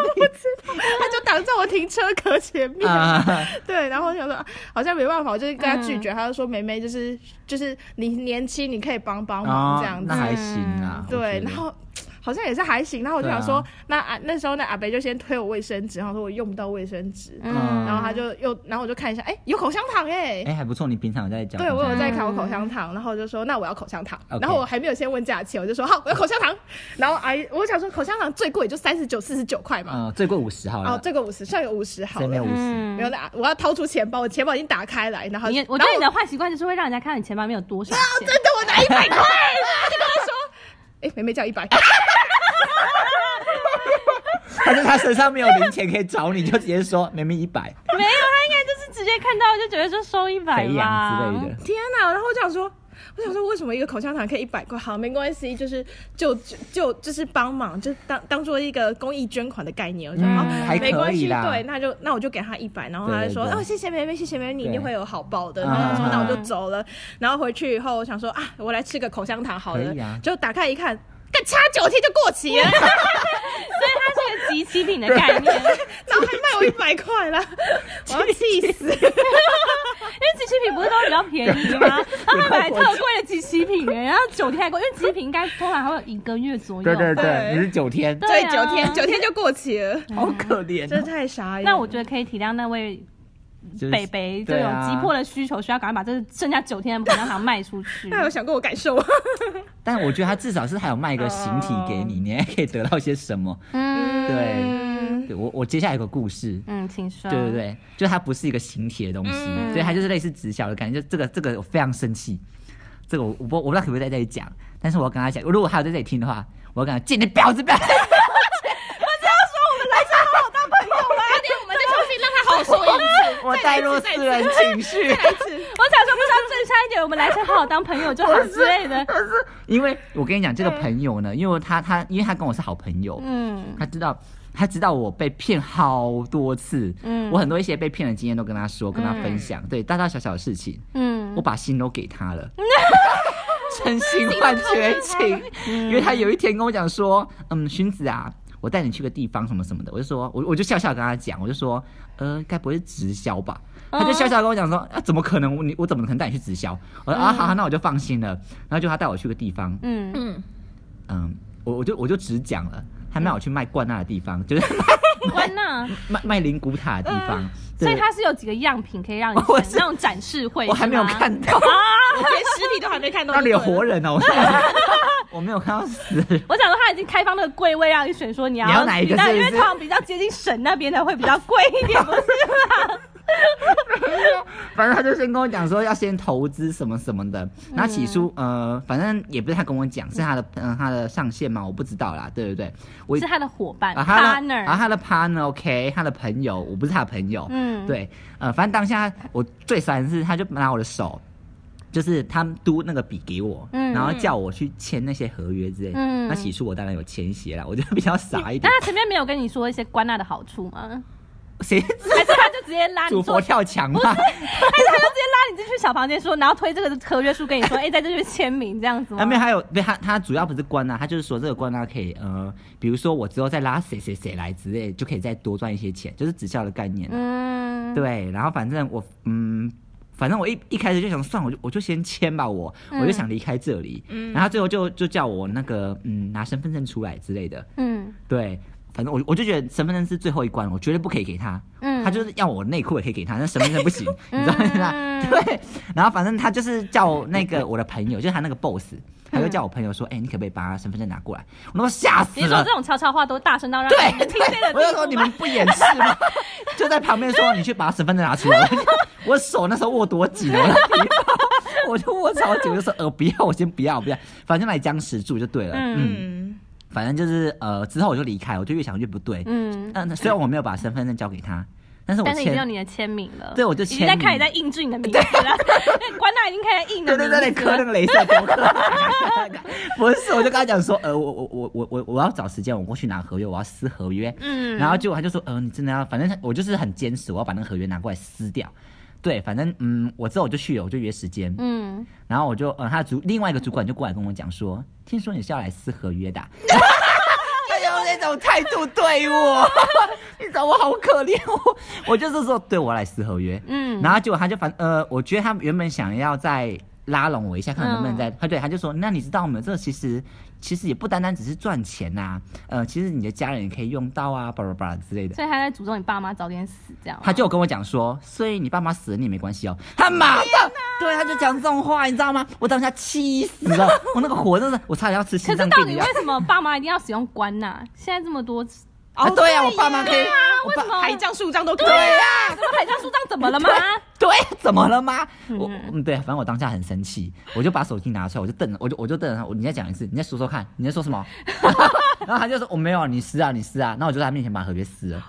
Speaker 4: 他就挡在我停车格前面。
Speaker 3: 啊，
Speaker 4: 对，然后我想说，啊好像没办法，我就是跟他拒绝，他就说，妹妹就是就是你年轻，你可以帮帮
Speaker 3: 哦
Speaker 4: 忙啊这样子
Speaker 3: 那。还行啊。我
Speaker 4: 对
Speaker 3: 觉，得
Speaker 4: 然后。好像也是还行，然后我就想
Speaker 3: 对啊
Speaker 4: 说，那啊那时候那阿北就先推我卫生纸，然后说我用不到卫生纸，
Speaker 3: 嗯
Speaker 4: 然后他就又，然后我就看一下，哎、有口香糖哎、
Speaker 3: 哎还不错，你平常有在讲。
Speaker 4: 对，我有在
Speaker 2: 看
Speaker 4: 看我口香糖，然后我就说那我要口香糖，
Speaker 3: 嗯 OK
Speaker 4: 然后我还没有先问价钱，我就说好我要口 香糖，然后阿姨我想说口香糖最贵就三十九、四十九块嘛，
Speaker 3: 嗯，最贵五十好了
Speaker 4: 哦，最贵五十，算有五十好
Speaker 3: 所以没有五，
Speaker 4: 了
Speaker 3: 十。
Speaker 2: 嗯
Speaker 4: 没有，那我要掏出钱包，我钱包已经打开来，然后
Speaker 2: 你我
Speaker 4: 然
Speaker 2: 觉
Speaker 4: 后啊
Speaker 2: 得你的坏习惯就是会让人家看到你钱包里面有多少钱。
Speaker 4: 真的我拿一百块，我就跟他说，哎、妹妹叫一百，
Speaker 3: 但 是他身上没有零钱可以找你，就直接说明明一 百
Speaker 2: 没有，他应该就是直接看到就觉得说收一百
Speaker 3: 肥
Speaker 2: 吧
Speaker 3: 羊之类的。
Speaker 4: 天哪！然后我就想说，我想说，为什么一个口香糖可以一百块？好，没关系，就是就就就就是帮忙，就当当做一个公益捐款的概念。我就说、
Speaker 3: 嗯
Speaker 4: 好，
Speaker 3: 还
Speaker 4: 没
Speaker 3: 可
Speaker 4: 关
Speaker 3: 以
Speaker 4: 系，
Speaker 3: 啦
Speaker 4: 对，那就那我就给他一百，然后
Speaker 3: 对
Speaker 4: 他
Speaker 3: 对
Speaker 4: 就说，
Speaker 3: 对
Speaker 4: 哦，谢谢妹妹，谢谢妹妹，你一定
Speaker 3: 对
Speaker 4: 会有好报的。
Speaker 3: 嗯
Speaker 4: 然后我说，
Speaker 3: 嗯
Speaker 4: 那我就
Speaker 2: 嗯
Speaker 4: 走了。然后回去以后，我想说啊，我来吃个口香糖好了
Speaker 3: 可以啊，
Speaker 4: 就打开一看。干差九天就过期了，
Speaker 2: 所以它是一个集齐品的概念，因为
Speaker 4: 然后还卖我一百 块了，我要气死！
Speaker 2: 集齐品不是都比较便宜吗？他们买特贵的集齐品耶，然后九天还过，因为集齐品应该通常还会有一个月左右。
Speaker 3: 对对
Speaker 4: 对嗯
Speaker 3: 对，你是九天，
Speaker 4: 对，
Speaker 2: 对啊
Speaker 3: 哎
Speaker 4: 九天九天就过期了，
Speaker 3: 好可怜
Speaker 4: 真
Speaker 3: 哦。
Speaker 4: 的太傻眼了。
Speaker 2: 那我觉得可以体谅那位
Speaker 3: 就是
Speaker 2: 北北这
Speaker 3: 对
Speaker 2: 种
Speaker 3: 啊
Speaker 2: 急迫的需求，需要赶快把这剩下九天的口香糖卖出 去。
Speaker 4: 那有想过哎我感受吗？
Speaker 3: 但我觉得他至少是还有卖一个形体给
Speaker 4: 哦
Speaker 3: 你，你还可以得到些什么。
Speaker 2: 嗯，
Speaker 3: 对对我我接下来有个故事，
Speaker 2: 嗯，请说。
Speaker 3: 对对对，就它不是一个形体的东西，
Speaker 4: 嗯
Speaker 3: 对，它就是类似直销的感觉。就这个这个我非常生气，这个我我不我不知道可不可以在这里讲，但是我要跟他讲，如果他有在这里听的话，我要跟他讲，你婊子婊子。
Speaker 1: 快点，我们再重新让他好说一次。
Speaker 3: 我带入私人情绪，
Speaker 2: 我想说，不是要正向一点，我们来先好好当朋友就好之类 的。
Speaker 3: 因为我跟你讲，这个朋友呢，因为他他因为他跟我是好朋友，
Speaker 2: 嗯
Speaker 3: 他知道他知道我被骗好多次，
Speaker 2: 嗯
Speaker 3: 我很多一些被骗的经验都跟他说，跟他分享，对大大小小的事情，我
Speaker 2: 嗯，
Speaker 3: 把心都给 他了。真心换绝情，因为他有一天跟我讲说，嗯，荀子啊，我带你去个地方什么什么的，我就说，我我就笑笑跟他讲，我就说，呃，该不会是直销吧？他就笑笑跟我讲说，
Speaker 2: 嗯
Speaker 3: 啊，怎么可能？我你我怎么可能带你去直销？我说啊，好好，那我就放心了。然后就他带我去个地方，
Speaker 2: 嗯 嗯，
Speaker 4: 嗯，
Speaker 3: 嗯，我我就我就只讲了，他带我去卖罐纳的地方，就是
Speaker 2: 关娜，
Speaker 3: 卖卖灵骨塔的地方，
Speaker 2: 嗯所
Speaker 3: 对
Speaker 2: 以它是有几个样品可以让你
Speaker 3: 我
Speaker 2: 选
Speaker 3: 是
Speaker 2: 那种展示会，
Speaker 3: 我还没有
Speaker 2: 是吗
Speaker 3: 看 到。
Speaker 4: 我连尸体都还没看到，
Speaker 3: 到底有活人哦？我 我没有看到死人。
Speaker 2: 我想说，他已经开放那个柜位让你选，说你要
Speaker 3: 你要哪一个
Speaker 2: 比较
Speaker 3: 是不
Speaker 2: 因为
Speaker 3: 是
Speaker 2: 通常比较接近省那边的会比较贵一 点，不是吗？
Speaker 3: 反正他就先跟我讲说要先投资什么什么
Speaker 2: 嗯
Speaker 3: 的，然后起初呃，反正也不是他跟我讲，是他的嗯、他的上线嘛，我不知道啦，对不对？我
Speaker 2: 是他的伙伴
Speaker 3: 啊他的
Speaker 2: 呃 partner，
Speaker 3: 啊他的 partner OK，他的朋友，我不是他的朋友，
Speaker 2: 嗯
Speaker 3: 对，呃，反正当下我最烦的是他就拿我的手。就是他嘟那个笔给我，
Speaker 2: 嗯
Speaker 3: 然后叫我去签那些合约之类的。
Speaker 2: 嗯啊
Speaker 3: 那起初我当然有签协啦，我就比较傻一点
Speaker 2: 但。他前面没有跟你说一些关纳的好处吗？
Speaker 3: 谁
Speaker 2: 还是他就直接拉
Speaker 3: 主
Speaker 2: 你
Speaker 3: 佛
Speaker 2: 坐，
Speaker 3: 跳墙啊嘛？
Speaker 2: 还是他就直接拉你进去小房间说，然后推这个合约书跟你说，哎、在这边签名这样子吗？
Speaker 3: 那边啊还有对 他，他主要不是关啊，他就是说这个关啊可以呃，比如说我之后再拉谁谁谁来之类，就可以再多赚一些钱，就是直销的概念。
Speaker 2: 嗯，
Speaker 3: 对，然后反正我嗯，反正我一一开始就想算，我就我就先签吧，我、我就想离开这里。然后最后就就叫我那个嗯拿身份证出来之类的。
Speaker 2: 嗯
Speaker 3: 对，反正我我就觉得身份证是最后一关，我绝对不可以给他。
Speaker 2: 嗯
Speaker 3: 他就是要我内裤也可以给他，但身份证不行，你知道吗？对，然后反正他就是叫我那个我的朋友，就是他那个 boss，他就叫我朋友说，哎、你可不可以把他身份证拿过来？我都吓死
Speaker 2: 你说
Speaker 3: 了
Speaker 2: 这。种悄悄话都大声到让
Speaker 3: 对
Speaker 2: 你，听见的
Speaker 3: 我就说
Speaker 2: 地
Speaker 3: 你
Speaker 2: 步吗？
Speaker 3: 们不掩饰吗？就在旁边说你去把他身份证拿出来。我就我手那时候握多紧啊，我的皮包我就握超紧，我就说呃不要，我先不要不要，反正来僵持住就对了。嗯
Speaker 4: 嗯，
Speaker 3: 反正就是呃，之后我就离开，我就越想越不对。
Speaker 2: 嗯
Speaker 3: 嗯，虽然我没有把身份证交给他，但是我
Speaker 2: 但是已经有
Speaker 3: 签。
Speaker 2: 你的签名了，
Speaker 3: 对我就
Speaker 2: 已经
Speaker 3: 签
Speaker 2: 在
Speaker 3: 名
Speaker 2: 开始在印制你的名字了， 关纳已经开始印你
Speaker 3: 对
Speaker 2: 的
Speaker 3: 对
Speaker 2: 名
Speaker 3: 对，
Speaker 2: 字
Speaker 3: 对
Speaker 2: 了，
Speaker 3: 刻那个镭射雕刻， 不是，我就跟他讲说，呃，我我我我我我要找时间，我过去拿合约，我要撕合约，嗯，然后结果他就说，呃，你真的要，反正他我就是很坚持，我要把那个合约拿过来撕掉，对，反正嗯，我之后我就去了，我就约时间，
Speaker 2: 嗯，
Speaker 3: 然后我就，呃，他的主另外一个主管就过来跟我讲说，听说你是要来撕合约的啊、 他用那种态度对我， 你知道我好可怜哦，我就是说，对我要来撕合约，
Speaker 2: 嗯
Speaker 3: 然后结果他就反呃，我觉得他原本想要再拉拢我一下，看能不能再，他、对他就说，那你知道吗？这其实其实也不单单只是赚钱呐、呃，其实你的家人也可以用到啊，巴拉巴拉之类的。
Speaker 2: 所以他在诅咒你爸妈早点死这样吗。
Speaker 3: 他就有跟我讲说，所以你爸妈死了你也没关系哦。他马上对，他就讲这种话，你知道吗？我当下气死了，我那个火真的，我差点要吃
Speaker 2: 可
Speaker 3: 心
Speaker 2: 是
Speaker 3: 脏
Speaker 2: 到
Speaker 3: 病啊
Speaker 2: 底
Speaker 3: 一
Speaker 2: 为
Speaker 3: 样。
Speaker 2: 什么爸妈一定要使用关呐、现在这么多，怎
Speaker 4: 哦
Speaker 3: 啊，对呀、我爸妈可以，我
Speaker 2: 为
Speaker 3: 爸
Speaker 2: 什么
Speaker 4: 海葬树葬都可
Speaker 3: 对
Speaker 4: 以。
Speaker 3: 呀、
Speaker 2: 么海上树葬怎么了吗？
Speaker 3: 对，怎么了吗？我嗯，对，反正我当下很生气，我就把手机拿出来，我就瞪了，我就我就瞪了他，我你再讲一次，你再说说看，你在说什么？ 然后他就说我、没有，你撕啊，你撕啊。那我就在他面前把合约撕了。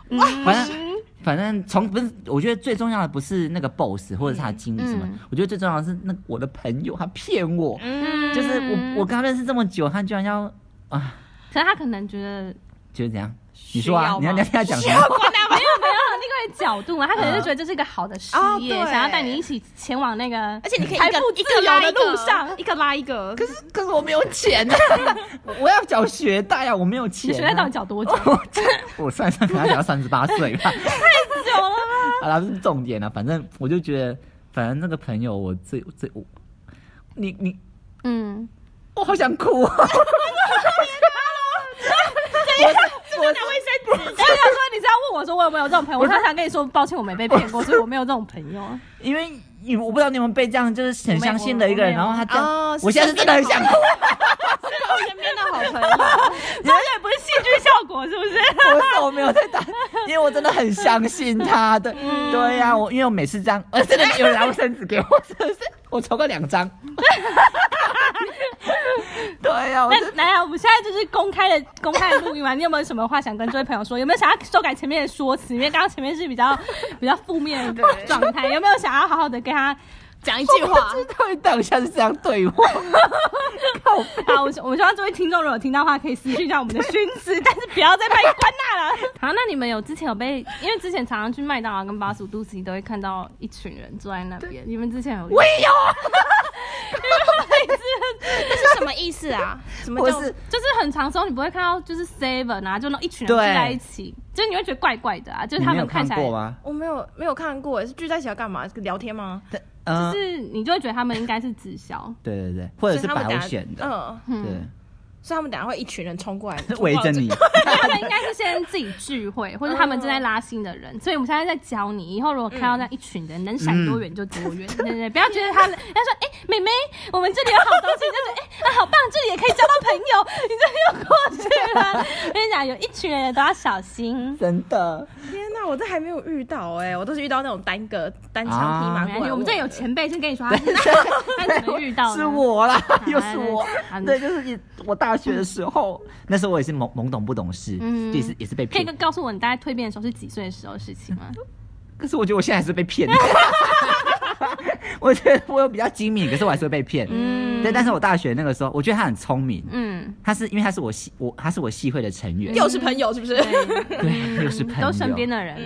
Speaker 3: 反正反正从不是，我觉得最重要的不是那个 boss 或者是他的经理什么，
Speaker 2: 嗯
Speaker 3: 我觉得最重要的是那我的朋友他骗我，
Speaker 2: 嗯，
Speaker 3: 就是我我跟他认识这么久，他居然要啊，
Speaker 2: 可是他可能觉得哎
Speaker 3: 就是怎样？你说啊
Speaker 4: 需要，吗
Speaker 3: 你要你要你要讲什么？
Speaker 2: 没有另外一个角度嘛，他可能就觉得这是一个好的事
Speaker 4: 哦
Speaker 2: 业，
Speaker 4: 对
Speaker 2: 想要带你一起前往那个，
Speaker 4: 而且你可以
Speaker 2: 财
Speaker 4: 一个
Speaker 2: 富
Speaker 4: 一
Speaker 2: 自
Speaker 4: 个
Speaker 2: 由
Speaker 4: 拉
Speaker 2: 的
Speaker 4: 一
Speaker 2: 路
Speaker 4: 个
Speaker 2: 上。
Speaker 4: 一个拉一个，
Speaker 3: 可是可是我没有钱啊， 我我要缴学贷啊，我没有钱、
Speaker 2: 你
Speaker 3: 啊。
Speaker 2: 学贷到底缴多久？
Speaker 3: 我 我算算，可能要到三十八岁吧。
Speaker 2: 久了吗？
Speaker 3: 好啦，不是重点啊，反正我就觉得，反正那个朋友我最最我，你你
Speaker 2: 嗯，
Speaker 3: 我好想哭、啊。
Speaker 4: 我拿卫生纸，
Speaker 2: 哎我想说你是要问我说我有没有这种朋友，我常常跟你说抱歉，我没被骗过，所以我没有这种朋友。 啊
Speaker 3: 因为你我不知道你们被这样就是很
Speaker 2: 我没
Speaker 3: 相信的一个人，
Speaker 2: 我没有
Speaker 3: 然后他这样，
Speaker 4: 哦
Speaker 3: 我现在是真的很想哭，
Speaker 4: 身边的好朋友，
Speaker 2: 这也不是戏剧效果，是不是？
Speaker 3: 不是我没有在打，因为我真的很相信他的，
Speaker 2: 嗯
Speaker 3: 对呀、我因为我每次这样， 呃，真的有人拿卫生纸给我，真的是我抽过两张， 对呀、我真
Speaker 2: 那来啊，我们现在就是公开的公开的录音完，你有没有什么话想跟这位朋友说？有没有想要修改前面的说辞？因为刚刚前面是比较比较负面的状态，有没有想要好好的跟他？
Speaker 1: 讲一句 话，
Speaker 3: 的对当下是这样对我，
Speaker 2: 好，我希我希望这位听众如果有听到的话，可以私讯一下我们的勋子，但是不要再被关纳了。 好，那你们有之前有被，因为之前常常去麦当劳跟八十五度 C 都会看到一群人坐在那边，你们之前有？
Speaker 3: 我也有，
Speaker 1: 这是什么意思啊？什么
Speaker 3: 我
Speaker 1: 叫
Speaker 3: 是
Speaker 2: 就是很长时候你不会看到，就是 seven 啊，就那种一群人聚
Speaker 3: 对
Speaker 2: 在一起，就是你会觉得怪怪的啊，就是
Speaker 3: 你
Speaker 2: 他
Speaker 3: 没
Speaker 2: 们
Speaker 3: 有
Speaker 2: 看
Speaker 3: 看
Speaker 2: 起来
Speaker 3: 过吗？
Speaker 4: 我没有没有看过，是聚在一起要干嘛？聊天吗？
Speaker 3: 嗯、
Speaker 2: 就是你就会觉得他们应该是直销。
Speaker 3: 对对对，或者是
Speaker 4: 所以他们
Speaker 3: 保
Speaker 4: 等下
Speaker 3: 险的，
Speaker 4: 嗯，
Speaker 3: 对，
Speaker 4: 所以他们等下会一群人冲过来
Speaker 3: 围着你。
Speaker 2: 他们应该是先自己聚 会，或者他们正在拉新的人，所以我们现在在教你，以后如果看到那一群人，能闪多远就多
Speaker 3: 嗯
Speaker 2: 远，对对对，不要觉得他们，他说，哎、妹妹，我们这里有好东西，就是哎、啊好棒，这里也可以交到朋友，你这里又过去了。我跟你讲，有一群人都要小心。
Speaker 3: 真的，
Speaker 4: 天哪，我这还没有遇到哎、我都是遇到那种单个单枪匹马
Speaker 3: 啊
Speaker 2: 没
Speaker 4: 过
Speaker 2: 关系，
Speaker 4: 来。
Speaker 2: 哎我们这里有前辈先跟你 说，他他怎么遇到呢
Speaker 3: 是我啦，
Speaker 2: 来
Speaker 3: 又是我
Speaker 2: 来来，
Speaker 3: 对，就是你我大学的时候，那时候我也是懵懵懂不懂事，
Speaker 2: 嗯
Speaker 3: 也是也是被
Speaker 2: 可以
Speaker 3: 骗，
Speaker 2: 告诉我你大概蜕变的时候是几岁的时候的事情 吗？
Speaker 3: 可是我觉得我现在还是被骗 的。我觉得我有比较精明，可是我还是会被骗。
Speaker 2: 嗯
Speaker 3: 对，但是我大学那个时候，我觉得他很聪明，
Speaker 2: 嗯，
Speaker 3: 他是因为他是我系我他是我系会的成员，
Speaker 4: 又是朋友是不是？
Speaker 3: 对，又是朋友，
Speaker 2: 都身边的人，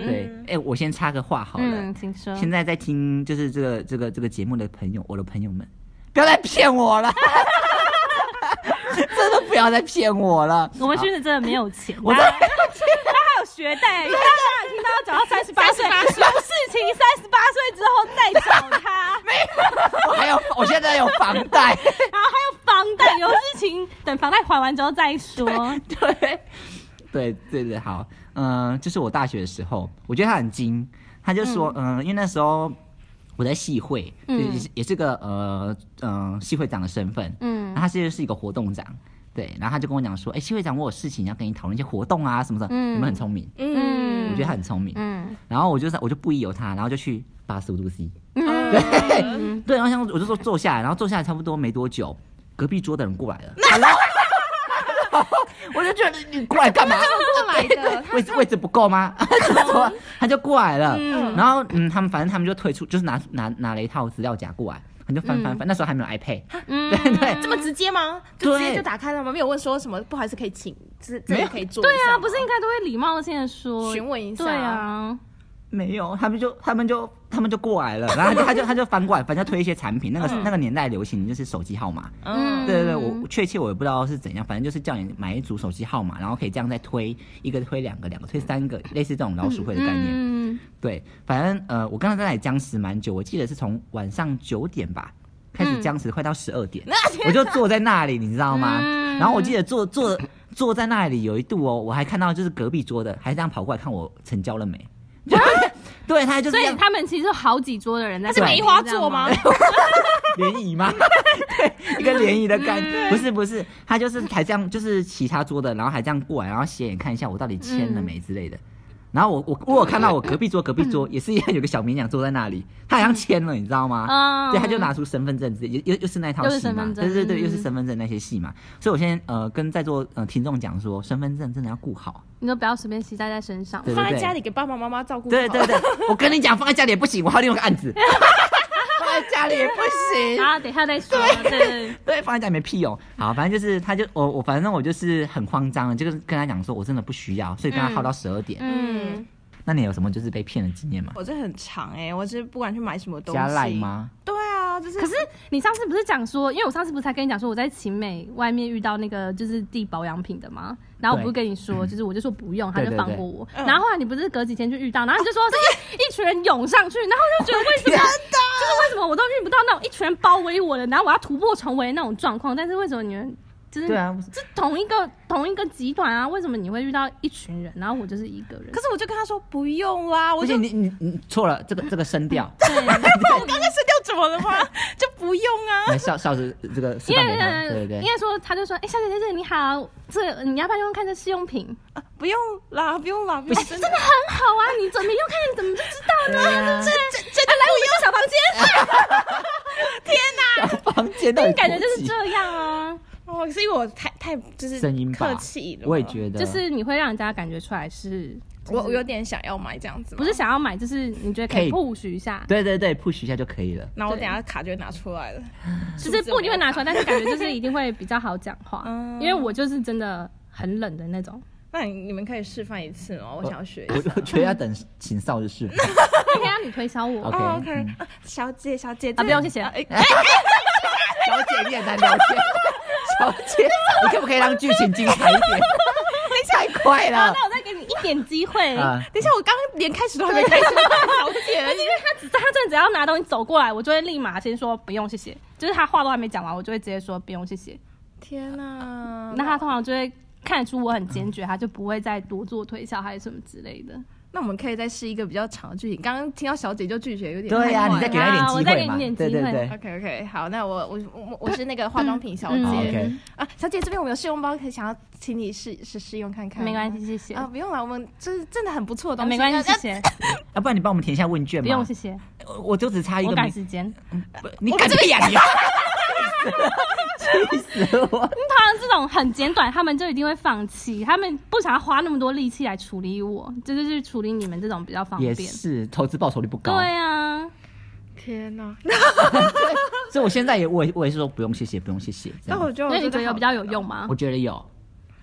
Speaker 3: 对，哎、我先插个话好了，
Speaker 2: 嗯，请说。
Speaker 3: 现在在听就是这个这个这个节目的朋友，我的朋友们，不要再骗我 了，真的不要再骗我了。
Speaker 2: 我们确实真的没有钱，
Speaker 3: 我
Speaker 2: 他
Speaker 3: 真的
Speaker 2: 他还有学贷，大家听到要找到三十八岁，有事情三十八岁之后再找他，
Speaker 3: 我还有，我现在有房贷，
Speaker 2: 然后还有房贷，有事情等房贷还完之后再说。
Speaker 3: 对， 对对对，好，嗯、就是我大学的时候，我觉得他很精，他就说，嗯、因为那时候我在系会，
Speaker 2: 嗯
Speaker 3: 也是也是个呃嗯、呃、系会长的身份，
Speaker 2: 嗯
Speaker 3: 然后他其实是一个活动长。对，然后他就跟我讲说，哎，系会长，我有事情要跟你讨论一些活动啊，什么什么，
Speaker 2: 嗯
Speaker 3: 你们很聪明，
Speaker 2: 嗯
Speaker 3: 我觉得他很聪明，
Speaker 2: 嗯
Speaker 3: 然后我就是我就不疑有他，然后就去八十五度 C，
Speaker 2: 嗯，
Speaker 3: 对对，然后像我就说坐下来，然后坐下来差不多没多久，隔壁桌的人过来了，然后我就觉得你过来干嘛？
Speaker 1: 过来的？
Speaker 3: 位置位置不够吗？他就过来了，然后嗯，他们反正他们就退出，就是拿拿拿了一套资料夹过来，他就翻翻翻，那时候还没有 iPad，对嗯
Speaker 2: 嗯
Speaker 3: 对，
Speaker 4: 这么直接吗？就直接
Speaker 3: 对
Speaker 4: 就打开了吗？没有问说什么，不好意思，可以请，这这里可以坐一
Speaker 2: 对
Speaker 4: 下
Speaker 2: 啊，
Speaker 4: 吗
Speaker 2: 不是应该都会礼貌性的说
Speaker 4: 询问一下
Speaker 2: 对啊，
Speaker 3: 没有，他们就他们就他们就过来了，然后他就他就他就翻过来，反正推一些产品，那个那个年代流行就是手机号码，
Speaker 2: 嗯，
Speaker 3: 对对对，我确切我也不知道是怎样，反正就是叫你买一组手机号码，然后可以这样再推一个推两个，两个推三个，类似这种老鼠会的概念。
Speaker 2: 嗯
Speaker 3: 对，反正呃，我刚才在那里僵持蛮久，我记得是从晚上九点吧开
Speaker 2: 嗯
Speaker 3: 始僵持，快到十二点，我就坐在那里，你知道吗？
Speaker 2: 嗯
Speaker 3: 然后我记得坐坐坐在那里有一度哦，我还看到就是隔壁桌的还这样跑过来看我成交了没，就 对他就
Speaker 2: 啊所
Speaker 3: 是这
Speaker 2: 以
Speaker 3: 样
Speaker 2: 他们其实有好几桌的人在，
Speaker 4: 是梅花座吗？？
Speaker 3: 联谊 吗？对，一 个联谊的感
Speaker 2: 嗯
Speaker 3: 觉，不是不是，他就是还这样，就是其他桌的，然后还这样过来，然后斜眼看一下我到底签了没之类的。
Speaker 2: 嗯
Speaker 3: 然后我我我有看到我隔壁桌隔壁桌也是一样有个小绵羊坐在那里，他好像签了，你知道吗？
Speaker 2: 嗯
Speaker 3: 对，他就拿出身份证之类，又又又是那套
Speaker 2: 又是
Speaker 3: 戏
Speaker 2: 身
Speaker 3: 嘛
Speaker 2: 份，证
Speaker 3: 对对对，又是
Speaker 2: 嗯
Speaker 3: 身份证那些戏嘛。所以我现在呃跟在座呃听众讲说，身份证真的要顾好，
Speaker 2: 你就不要随便携带在身上。
Speaker 3: 对对对，
Speaker 4: 放在家里给爸爸妈妈照顾。
Speaker 3: 对对。对，我跟你讲，放在家里也不行，我还有另外一个案子，放在家里也不行。
Speaker 2: 然后等一下再说，对对对。
Speaker 3: 对，放在家里没屁用。好，反正就是，他就我我反正我就是很慌张的，就是跟他讲说，我真的不需要，所以跟他耗到十二 点。
Speaker 2: 嗯，
Speaker 3: 那你有什么就是被骗的经验吗？
Speaker 4: 我这很长哎、我是不管去买什么东西。
Speaker 3: 加赖？吗？
Speaker 4: 对啊，就是。
Speaker 2: 可是你上次不是讲说，因为我上次不是才跟你讲说我在晴美外面遇到那个就是递保养品的吗？然后我不是跟你说，就是我就说不用，他
Speaker 3: 对
Speaker 2: 就
Speaker 3: 对
Speaker 2: 放
Speaker 3: 对
Speaker 2: 过我。
Speaker 4: 嗯
Speaker 2: 然后后来你不是隔几天就遇到，然后你就说是一一群人涌上去，然后我就觉得为什 么？就是为什么我都遇不到那种一群人包围我的，然后我要突破重围的那种状况，但是为什么你们？就是
Speaker 3: 对啊，
Speaker 2: 这同一个同一个集团啊，为什么你会遇到一群人，然后我就是一个人？
Speaker 4: 可是我就跟他说不用啦，我
Speaker 3: 而
Speaker 4: 就
Speaker 3: 且你你你错了，这个这个声 调，
Speaker 4: 我刚刚声调怎么了 吗？就不用啊。
Speaker 3: 来笑笑着这个示
Speaker 2: 因
Speaker 3: 范
Speaker 2: 为
Speaker 3: 给他，对对对
Speaker 2: 应，该说，他就说：“哎、小姐姐，这里你好，这你要不要用看这试用品？
Speaker 4: 啊不用啦，不用啦，不用，真的
Speaker 2: 真的很好啊，你怎么用看，你怎么就知道呢？对不对？真的来我们小房间，
Speaker 3: 房间到底
Speaker 2: 感觉就
Speaker 3: 多
Speaker 2: 是
Speaker 3: 挤
Speaker 2: 这样啊，
Speaker 4: 哦，是因为我太太就是
Speaker 3: 声音吧
Speaker 4: 客气了，
Speaker 3: 我也觉得，
Speaker 2: 就是你会让人家感觉出来是，
Speaker 4: 我我有点想要买这样子，
Speaker 2: 不是，想要买，就是你觉得可
Speaker 3: 可以
Speaker 2: 以 push 一下，
Speaker 3: 对对对，push 一下就可以了。
Speaker 4: 然后我等一下卡就会拿出来了。
Speaker 2: 就是不一定会拿出来，但是感觉就是一定会比较好讲话，
Speaker 4: 嗯
Speaker 2: 因为我就是真的很冷的那种，
Speaker 4: 那你你们可以示范一次吗？我想要学一
Speaker 3: 我
Speaker 4: 下。
Speaker 3: 我觉得要等请少日 示范。
Speaker 2: 那可以让你推销我。
Speaker 3: OK
Speaker 4: 哦 OK，啊小姐小姐，
Speaker 2: 啊，不用谢谢。
Speaker 3: 小姐，你很难 聊天。小姐，你可不可以让剧情精彩 一点？太快
Speaker 2: 好，
Speaker 3: 了。
Speaker 2: 那我再给你一点机会。
Speaker 3: 啊，
Speaker 4: 等一下，我刚刚连开始都还 没开始，小姐而已
Speaker 2: 因为他只他真的只要拿东西走过来，我就会立马先说不用谢谢，就是他话都还没讲完，我就会直接说不用谢谢。
Speaker 4: 天哪，
Speaker 2: 那他通常就会看得出我很坚决，他就不会再多做推销还是什么之类的。
Speaker 4: 那我们可以再试一个比较长的剧情。刚刚听到小姐就拒绝，有点
Speaker 3: 对呀，你再
Speaker 4: 太快了
Speaker 3: 给他一点
Speaker 2: 啊我
Speaker 3: 机
Speaker 2: 再
Speaker 3: 会
Speaker 2: 给你
Speaker 3: 嘛
Speaker 2: 一点。机
Speaker 3: 对
Speaker 2: 会
Speaker 3: 对对。
Speaker 4: OK OK，好，那我我我我是那个化妆品小姐、
Speaker 2: 嗯
Speaker 3: 好，OK，
Speaker 4: 啊，小姐这边我们有试用包，可以想要请你试试试用看看，
Speaker 2: 没关系，谢谢。
Speaker 4: 啊，不用了，我们这是真的很不错的
Speaker 2: 啊
Speaker 4: 东
Speaker 2: 没
Speaker 4: 西，
Speaker 2: 关系，
Speaker 4: 要
Speaker 2: 谢谢，
Speaker 3: 要不然你帮我们填一下问卷
Speaker 2: 不
Speaker 3: 嘛。
Speaker 2: 用谢谢，
Speaker 3: 我我就只差哎一
Speaker 2: 我
Speaker 3: 个
Speaker 2: 赶
Speaker 3: 名，
Speaker 2: 时间。嗯
Speaker 3: 不你赶这个 呀你！气死了气死我！
Speaker 2: 通常这种很简短，他们就一定会放弃，他们不想要花那么多力气来处理我，就是去处理你们这种比较方
Speaker 3: 也
Speaker 2: 便。
Speaker 3: 是，投资报酬率不
Speaker 2: 对
Speaker 3: 高，
Speaker 2: 啊，
Speaker 4: 天哪，
Speaker 3: 所以我现在也我也我也是说不用谢谢，不用谢谢。这
Speaker 4: 那
Speaker 3: 样
Speaker 4: 我觉得我
Speaker 2: 那你
Speaker 4: 真
Speaker 2: 觉
Speaker 4: 的
Speaker 2: 得有
Speaker 4: 好
Speaker 2: 比较有用吗
Speaker 3: 我？觉得有，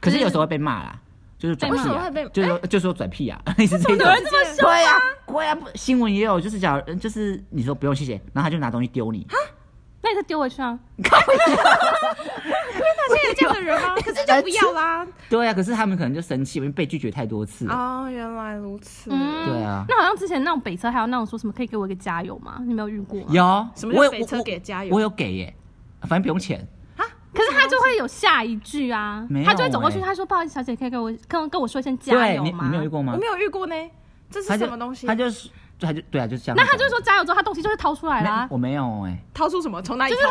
Speaker 3: 可是有时候会被啊骂啦，就是拽屁
Speaker 2: 被骂为什
Speaker 4: 么会被
Speaker 3: 啊，就是说就是说拽屁啊， 类似这啊
Speaker 2: 有
Speaker 3: 种。
Speaker 2: 人这么凶
Speaker 3: 对呀、对呀、不新闻也有，就是假如就是你说不用谢谢，然后他就拿东西丢你，
Speaker 2: 那你再丢回去啊！
Speaker 4: 那现在这样的人吗？可是就不要啦。
Speaker 3: 对啊呀、可是他们可能就生气，因为被拒绝太多次了。
Speaker 4: 哦，原来如此。
Speaker 2: 嗯，
Speaker 3: 对啊
Speaker 2: 那好像之前那种北车还有那种说什么可以给我一个加油吗？你没有遇过吗？
Speaker 3: 有
Speaker 4: 什么叫
Speaker 3: 我有
Speaker 4: 北车
Speaker 3: 我
Speaker 4: 给加油
Speaker 3: 我有给耶，反正不用钱。
Speaker 2: 可是他就会有下一句啊
Speaker 3: 没，有
Speaker 2: 他就会走过去，
Speaker 3: 欸
Speaker 2: 他说：“不好意思，小姐，可以跟我跟跟我说一声加
Speaker 3: 对
Speaker 2: 油
Speaker 3: 你你
Speaker 2: 吗
Speaker 3: 没有遇？”过吗
Speaker 4: 我没？有遇过呢，这是
Speaker 3: 他就
Speaker 4: 什么东西？
Speaker 3: 他就是就他就对啊，就是这样。
Speaker 2: 那他就说加油之后，他东西就会掏出来
Speaker 3: 没
Speaker 2: 啦。
Speaker 3: 我没有哎，
Speaker 4: 掏出什么？从哪里掏？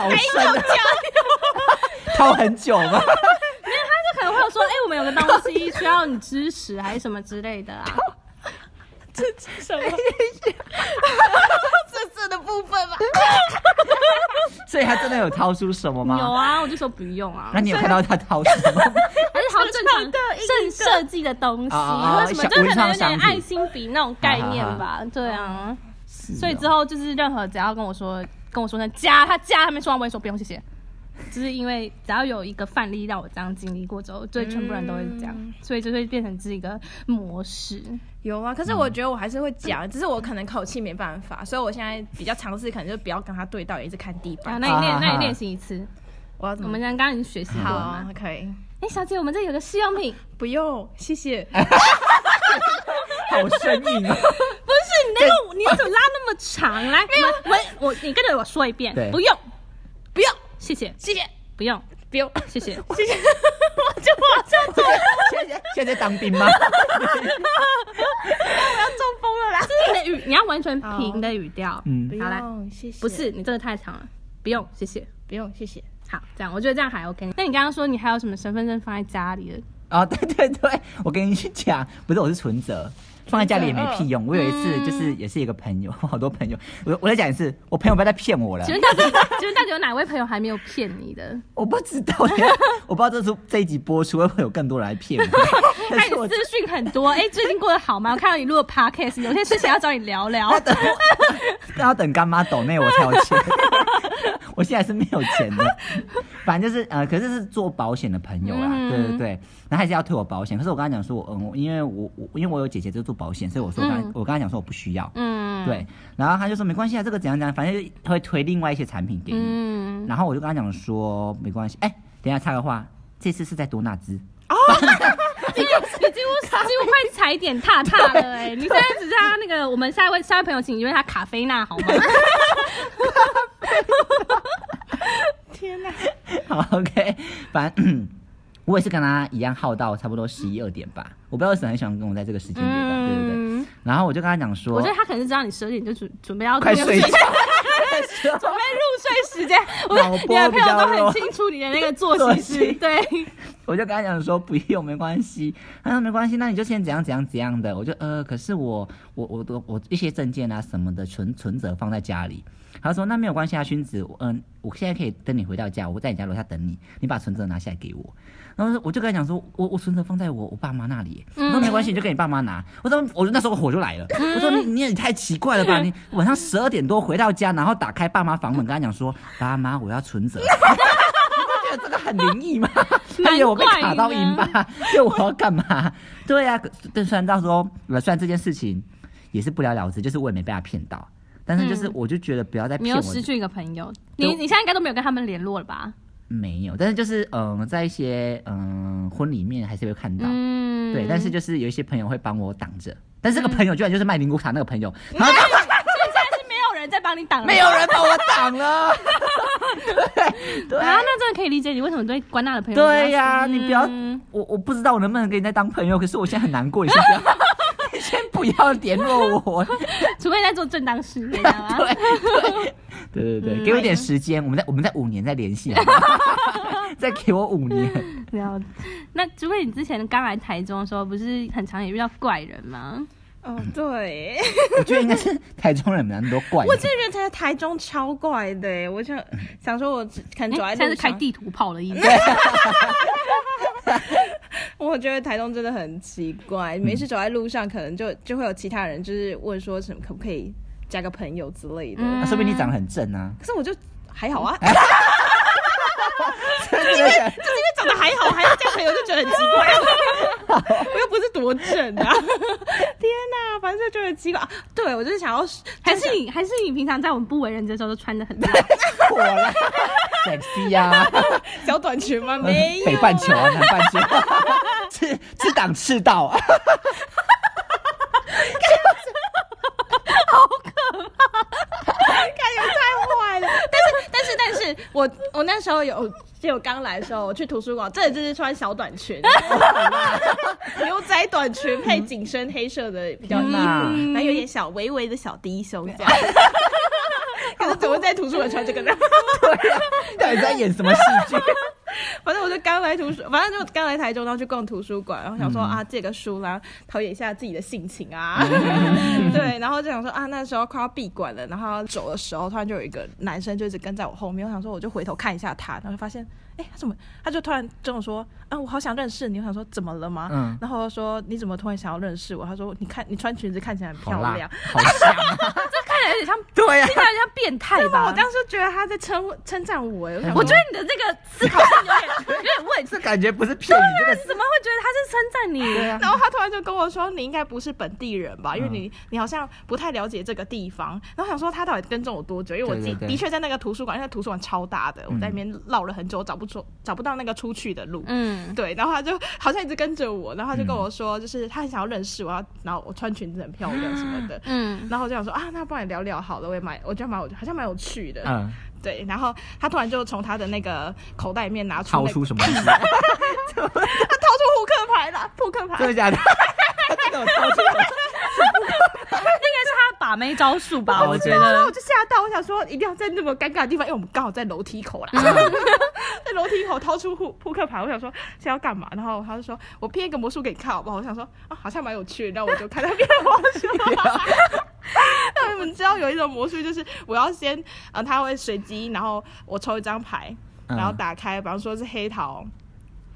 Speaker 3: 好深啊！ 掏很久 吗？
Speaker 2: 他可能会有说：“哎，我们有个东西需要你支持，还是什么之类的 啊
Speaker 4: 什么？色色的部分吧。
Speaker 3: 所以他真的有掏出什么？”吗？
Speaker 2: 有啊，我就说不用啊
Speaker 3: 那，你有看到他掏什 么？
Speaker 2: 还是好像正常正设计的东西，
Speaker 3: 啊啊啊
Speaker 2: 或者什么，
Speaker 3: 小
Speaker 2: 就是可能有
Speaker 3: 文创商
Speaker 2: 点
Speaker 3: 品
Speaker 2: 爱心笔那种概念吧。对啊，所以之后就是任何只要跟我说跟我说声加，他加他们说完我也说不用谢谢，就是因为只要有一个范例让我这样经历过之后，对全部人都会这样，所以就会变成是一个模式。
Speaker 4: 有啊，可是
Speaker 2: 嗯
Speaker 4: 我觉得我还是会讲，只是我可能口气没办法，所以我现在比较尝试，可能就不要跟他对到，也是看地
Speaker 2: 啊，
Speaker 4: 板。
Speaker 2: 那你练
Speaker 3: 啊
Speaker 2: 那你
Speaker 3: 啊
Speaker 2: 练习一次，
Speaker 4: 我要怎
Speaker 2: 我
Speaker 4: 么
Speaker 2: 们？刚刚已经学习过
Speaker 4: 好
Speaker 2: 了嘛
Speaker 4: 啊，。可以，
Speaker 2: 哎，小姐，我们这有个试用品，
Speaker 4: 不用，谢谢。
Speaker 2: 哎
Speaker 3: 好生硬 啊！
Speaker 2: 不是你那个你怎么拉那么长？来，没有，我我你跟着我说一遍
Speaker 3: 对，
Speaker 2: 不用，
Speaker 4: 不用，
Speaker 2: 谢谢，
Speaker 4: 谢谢，
Speaker 2: 不用，
Speaker 4: 不用，
Speaker 2: 谢 谢。
Speaker 4: 谢谢。我就我就中
Speaker 3: 现在现在在当兵 吗？
Speaker 4: 风了啦。
Speaker 2: 你的语，你要完全平的语调。
Speaker 3: 嗯
Speaker 4: 不
Speaker 2: 好来
Speaker 4: 用，谢谢。
Speaker 2: 不是，，你这个太长了，不用，谢谢。
Speaker 4: 不用，谢谢。
Speaker 2: 好，这样我觉得这样还 OK。那你刚刚说你还有什么身份证放在家 里的？
Speaker 3: 啊，对对对，我跟你讲，不是我是存折，放在家里也没屁用。我有一次
Speaker 4: 嗯
Speaker 3: 就是也是一个朋友， 我好多朋友，我我再讲一次，我朋友不要再骗我了
Speaker 2: 请，问到底，请问到底有哪位朋友还没有骗你的？
Speaker 3: 我不知 道，我不知道这出这一集播出会不会有更多人来 骗我，但
Speaker 2: 看
Speaker 3: 是
Speaker 2: 你
Speaker 3: 我。
Speaker 2: 资讯很多，哎、最近过得好吗？我看到你录了 podcast，有些事情要找你聊 聊。
Speaker 3: 要等我，要等干妈抖内我才有 钱，我现在是没有钱的。反正就是呃，可是是做保险的朋友啦，啊
Speaker 2: 嗯
Speaker 3: 对对对，然后还是要退我保险。可是我跟他讲说，我嗯，我因为我我因为我有姐姐就做保险，所以我说我跟他、
Speaker 2: 嗯
Speaker 3: 我跟他讲说我不需要，
Speaker 2: 嗯，，
Speaker 3: 对，然后他就说没关系啊，这个怎样怎样，反正就会推另外一些产品给你。
Speaker 2: 嗯，
Speaker 3: 然后我就跟他讲说没关系，哎、等一下插个话，这次是在多纳兹，
Speaker 2: 你你几乎几乎快踩点踏踏了、 哎，你现在只是他那个，我们下一位下一位朋友，请你约他卡菲娜好吗？
Speaker 4: 天哪！
Speaker 3: 好，OK，反正 我也是跟他一样耗到差不多十一二点吧。我不知道为什么很喜欢跟我在这个时间点吧，对不对？
Speaker 2: 嗯，
Speaker 3: 然 后我就跟他讲说，
Speaker 2: 我觉得他可能是知道你十二点就准准备要
Speaker 3: 快睡觉
Speaker 2: 准。备入睡时 间，我
Speaker 3: 脑波
Speaker 2: 你的朋友
Speaker 3: 比较
Speaker 2: 都
Speaker 3: 弱
Speaker 2: 很清楚你的那个作息
Speaker 3: 作息
Speaker 2: 时，对，
Speaker 3: 我就跟他讲说不用，没关系。他说没关系，那你就先怎样怎样怎样的。我就呃，可是我我我我我一些证件啊什么的存存折放在家里。他说那没有关系啊，勋子，我嗯、我现在可以等你回到家，我在你家楼下等你，你把存折拿下来给我。然后我就跟他讲说，我我存折放在我我爸妈那里，我说没关系，你就给你爸妈拿。我说我那时候火就来了，我说你你也太奇怪了吧，你晚上十二点多回到家，然后打开爸妈房门，跟他讲说爸妈我要存折。觉得这个很灵异吗？他以为我被卡到音吧？ 就我要干嘛？对啊，可但虽然到时候，呃虽然这件事情也是不了了之，就是我也没被他骗到，但是
Speaker 4: 嗯
Speaker 3: 就是我就觉得不要再
Speaker 2: 你
Speaker 3: 骗
Speaker 2: 又
Speaker 3: 我，
Speaker 2: 失去一个朋友，
Speaker 3: 对
Speaker 2: 你你现在应该都没有跟他们联络了吧？
Speaker 3: 没有，但是就是嗯、呃在一些嗯、婚礼面还是会看到，
Speaker 2: 嗯，
Speaker 3: 对，但是就是有一些朋友会帮我挡着，但是这
Speaker 4: 嗯
Speaker 3: 个朋友居然就是卖灵骨塔那个朋友，然后
Speaker 2: 所以现在是没有人在帮你挡，
Speaker 3: 没有。人帮我挡了， 对对。
Speaker 2: 啊，那真的可以理解你为什么对关娜的朋友
Speaker 3: 对呀、
Speaker 2: 比较
Speaker 3: 你不要
Speaker 2: 嗯，
Speaker 3: 我我不知道我能不能跟你再当朋友，可是我现在很难过，你先不 要，你先不要联络我。
Speaker 2: 除非你在做正当事业， 对，
Speaker 3: 对对对对
Speaker 4: 嗯
Speaker 3: 对，给我一点时间，我们在我们在五年再联系好不 好，再给我五年。
Speaker 2: 然后，那除非你之前刚来台中的时候，不是很常也遇到怪人吗？
Speaker 4: 哦，对，
Speaker 3: 我觉得应该是台中人蛮多怪的
Speaker 4: 我真的觉得台台中超怪的耶，我就想说，我可能走
Speaker 2: 嗯
Speaker 4: 在
Speaker 2: 哎现
Speaker 4: 路
Speaker 2: 在
Speaker 4: 上，
Speaker 2: 是开地图炮的意思。
Speaker 4: 我觉得台东真的很奇
Speaker 2: 嗯
Speaker 4: 怪，每次走在路上，可能就就会有其他人就是问说什么可不可以加个朋友之类的，
Speaker 2: 嗯
Speaker 3: 啊说明你长得很正啊，
Speaker 4: 可是我就还 好啊，
Speaker 3: 真的假的
Speaker 4: 就是因为长得还好，还要交朋友就觉得很奇怪。啊 我又不是多正啊！天哪，反正就觉得很奇怪。啊对，我就是想要，
Speaker 2: 还是你，还是你平常在我们不为人知的时候都穿的很 辣，
Speaker 3: 火了，sexy 呀，
Speaker 4: 小短裙吗？没
Speaker 3: 啊
Speaker 4: 有，
Speaker 3: 呃北半球啊，南半 球，赤赤党赤道啊，
Speaker 4: 感觉太坏了。 但是，但是，但是我我那时候有。就我刚来的时候，我去图书馆，真的就是穿小短 裙，牛仔短裙配紧身黑色的比较衣服，
Speaker 3: 嗯
Speaker 4: 然后有点小微微的小低胸 这样。可是怎么在图书馆穿这个呢？
Speaker 3: 对呀， 到底在演什么戏剧？
Speaker 4: 反正我就刚来图书，反正就刚来台中，然后去逛图书馆，然后想说、啊，借个书啦，陶冶一下自己的性情啊。 对，然后就想说啊，那时候快要闭馆了，然后走的时候，突然就有一个男生就一直跟在我后面，我想说我就回头看一下他，然后就发现，哎、他怎么？他就突然跟我说，啊，我好想认识你。我想说怎么了吗？
Speaker 3: 嗯
Speaker 4: 然后我说你怎么突然想要认识我？他说你看你穿裙子看起来很
Speaker 3: 好
Speaker 4: 漂
Speaker 3: 辣
Speaker 4: 亮。，
Speaker 3: 好香啊！
Speaker 2: 这看起来有点像，
Speaker 3: 对啊呀
Speaker 2: 听起来有点像变态
Speaker 4: 那
Speaker 2: 吧？嗯
Speaker 4: 我当时就觉得他在称呼称赞我，哎我想说
Speaker 2: 我觉得你的这个思考性有点有点问题，
Speaker 3: 这感觉不是骗你，这个
Speaker 2: 你怎么会觉得他是称赞你？
Speaker 4: 然后他突然就跟我说：“你应该不是本地人
Speaker 3: 嗯
Speaker 4: 吧？因为你你好像不太了解这个地方。”然后想说他到底跟踪我多久？因为我
Speaker 3: 对
Speaker 4: 自
Speaker 3: 对
Speaker 4: 己
Speaker 3: 对嗯
Speaker 4: 的确在那个图书馆，因为图书馆超大的，我在那边绕了很久，找不出找不到那个出去的路。
Speaker 2: 嗯，
Speaker 4: 对，然后他就好像一直跟着我，然后他就跟
Speaker 3: 嗯
Speaker 4: 我说，就是他很想要认识我，然后然后我穿裙子很漂亮什么的。
Speaker 2: 嗯，
Speaker 4: 然后我就想说啊，那不然聊聊好了，我也蛮，我觉得蛮有，好像蛮有趣的。
Speaker 3: 嗯，
Speaker 4: 对，然后他突然就从他的那个口袋里面拿出、那
Speaker 3: 掏
Speaker 4: 个，
Speaker 3: 出什么意 思？
Speaker 4: 他 掏出扑克牌了，扑克牌
Speaker 3: 真。的假的？他真的有掏出来？
Speaker 2: 那个是他的把妹招数吧？
Speaker 3: 我
Speaker 2: 我
Speaker 3: 不
Speaker 2: 觉
Speaker 3: 知
Speaker 2: 得
Speaker 3: 道。
Speaker 4: 然后我就吓到，我想说一定要在那么尴尬的地方，因为我们刚好在楼梯口啦，
Speaker 3: 嗯
Speaker 4: 在楼梯口掏出扑扑克牌，我想说是要干嘛？然后他就说我编一个魔术给你看好不好？我想说啊，好像蛮有趣的，然后我就看他编魔 术。
Speaker 3: 啊
Speaker 4: 那你们知道有一种魔术，就是我要先，呃，他会随机，然后我抽一张牌，
Speaker 3: 嗯
Speaker 4: 然后打开，比方说是黑桃，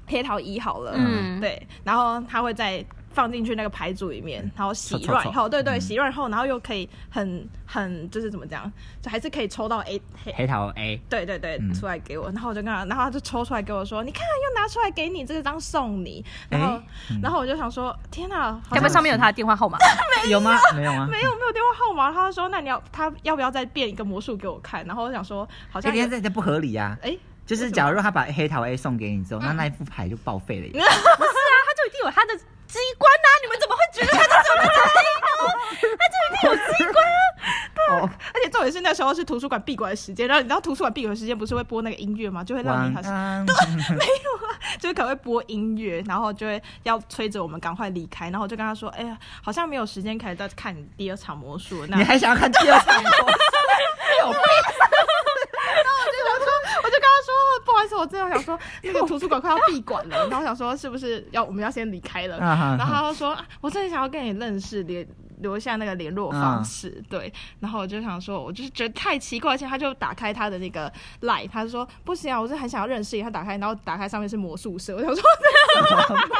Speaker 4: 黑桃一好了，
Speaker 2: 嗯
Speaker 4: 对，然后他会再放进去那个牌组里面，然后洗
Speaker 3: 抽抽
Speaker 4: 乱
Speaker 3: 抽
Speaker 4: 以后，对对，
Speaker 3: 嗯
Speaker 4: 洗乱后，然后又可以很很就是怎么讲，就还是可以抽到 A 黑。
Speaker 3: 黑桃 A，
Speaker 4: 对对对
Speaker 3: 嗯，
Speaker 4: 出来给我，然后我就跟他，然后他就抽出来给我说，你看又拿出来给你这张送你，然后、
Speaker 3: 哎嗯
Speaker 4: 然后我就想说，天哪，好
Speaker 2: 该不会
Speaker 4: 像
Speaker 2: 上面有他的电话号码？
Speaker 3: 有吗？没有吗？啊
Speaker 4: 没有没有电话号码，他就说那你要他要不要再变一个魔术给我看？然后我想说好
Speaker 3: 这
Speaker 4: 像有
Speaker 3: 哎个这这不合理呀。
Speaker 4: 哎，
Speaker 3: 就是假如他把黑桃 A 送给你之后，那那一副牌就报废了耶。
Speaker 2: 不是啊，他就一定有他的机关 呐、啊！你们怎么会觉得他就只有他的 A 呢？他就一定有机关啊！
Speaker 3: 哦，
Speaker 4: 而而且重点是那时候是图书馆闭馆的时间，然后你知道图书馆闭馆的时间不是会播那个音乐吗？就会让
Speaker 3: 晚
Speaker 4: 你好像
Speaker 3: 安。
Speaker 4: 就是可能会播音乐，然后就会要催着我们赶快离开，然后我就跟他说：“哎呀，好像没有时间开始再看你第二场魔术了。” 那
Speaker 3: 你还想要看第二场吗？有病
Speaker 4: 我就跟他说：“不好意思，我真的想说那个图书馆快要闭馆了，然后想说是不是要我们要先离开了？”
Speaker 3: 啊哈
Speaker 4: 然后他就说啊：“我真的想要跟你认识，联留下那个联络方式。
Speaker 3: 嗯
Speaker 4: 对，然后我就想说，我就是觉得太奇怪，而且他就打开他的那个 line，他就说：“不行啊，我是很想要认识你。”他打开，然后打开上面是魔术社，我想说，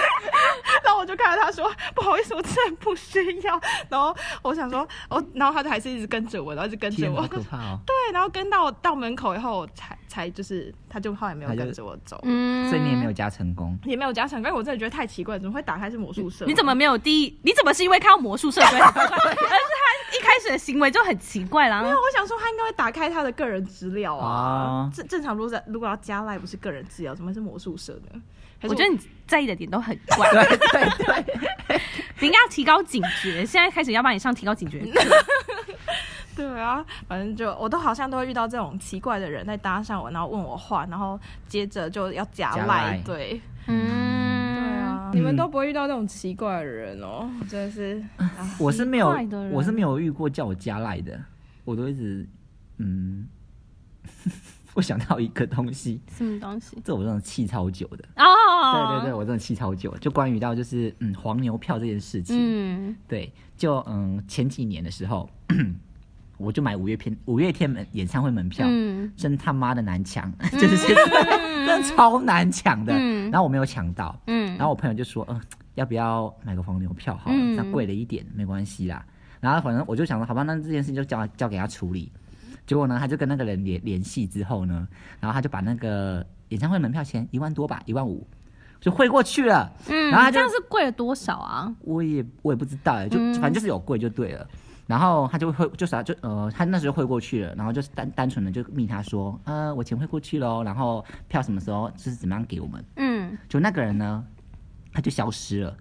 Speaker 4: 然后我就看到他说：“不好意思，我真的不需要。”然后我想说，我然后他就还是一直跟着我，然后一直跟着
Speaker 3: 天哪，
Speaker 4: 我
Speaker 3: 好，可怕哦！
Speaker 4: 对，然后跟到到门口以后，才才就是他就后来没有
Speaker 3: 他就
Speaker 4: 跟着我走，
Speaker 2: 嗯
Speaker 3: 所以你也没有加成功。
Speaker 4: 也没有加成。但我真的觉得太奇怪，怎么会打开是魔术社？
Speaker 2: 你怎么没有第一？你怎么是因为看到魔术社 所以很奇怪而是他一开始的行为就很奇怪啦
Speaker 4: 没。有？我想说他应该会打开他的个人资料啊
Speaker 3: 哦。
Speaker 4: 正、正常如果在如果要加赖不是个人资料，怎么会是魔术社呢？还
Speaker 2: 我
Speaker 4: 是
Speaker 2: 觉得你在意的点都很怪，
Speaker 3: 对对对，
Speaker 2: 你应该要提高警觉。现在开始要帮你上提高警觉课，
Speaker 4: 对啊，反正就我都好像都会遇到这种奇怪的人在搭上我，然后问我话，然后接着就要加
Speaker 3: 加
Speaker 4: 赖
Speaker 3: 赖。
Speaker 4: 对
Speaker 2: 嗯，
Speaker 4: 对啊，你们都不会遇到这种奇怪的人哦，真的是。啊
Speaker 3: 我是没有
Speaker 2: 奇怪的，人
Speaker 3: 我是没有遇过叫我加赖的，我都一直嗯， 我想到一个东西，
Speaker 2: 什么东西？
Speaker 3: 这我真的气超久的。
Speaker 2: 哦，
Speaker 3: 对对对，，我真的气超久，就关于到就是嗯黄牛票这件事情，
Speaker 2: 嗯，
Speaker 3: 对，就嗯前几年的时候，我就买五月天五月天门演唱会门票，
Speaker 2: 嗯
Speaker 3: 真他妈的难抢， 就是真的真的超难抢的。
Speaker 2: 嗯
Speaker 3: 然后我没有抢到，
Speaker 2: 嗯
Speaker 3: 嗯然后我朋友就说，嗯、要不要买个黄牛票好了，
Speaker 2: 嗯
Speaker 3: 那贵了一点没关系啦。然后反正我就想说，好吧，那这件事情就交交给他处理。结果呢，他就跟那个人联联系之后呢，然后他就把那个演唱会门票钱一万多吧，一万五就汇过去了。
Speaker 2: 嗯，
Speaker 3: 然后他就
Speaker 2: 这样是贵了多少啊？
Speaker 3: 我也我也不知道哎，就
Speaker 2: 嗯
Speaker 3: 反正就是有贵就对了。然后他就会就是啊就呃，他那时候汇过去了，然后就是单单纯的就密他说，呃，我钱汇过去喽，然后票什么时候就是怎么样给我们。
Speaker 2: 嗯，
Speaker 3: 就那个人呢，他就消失了。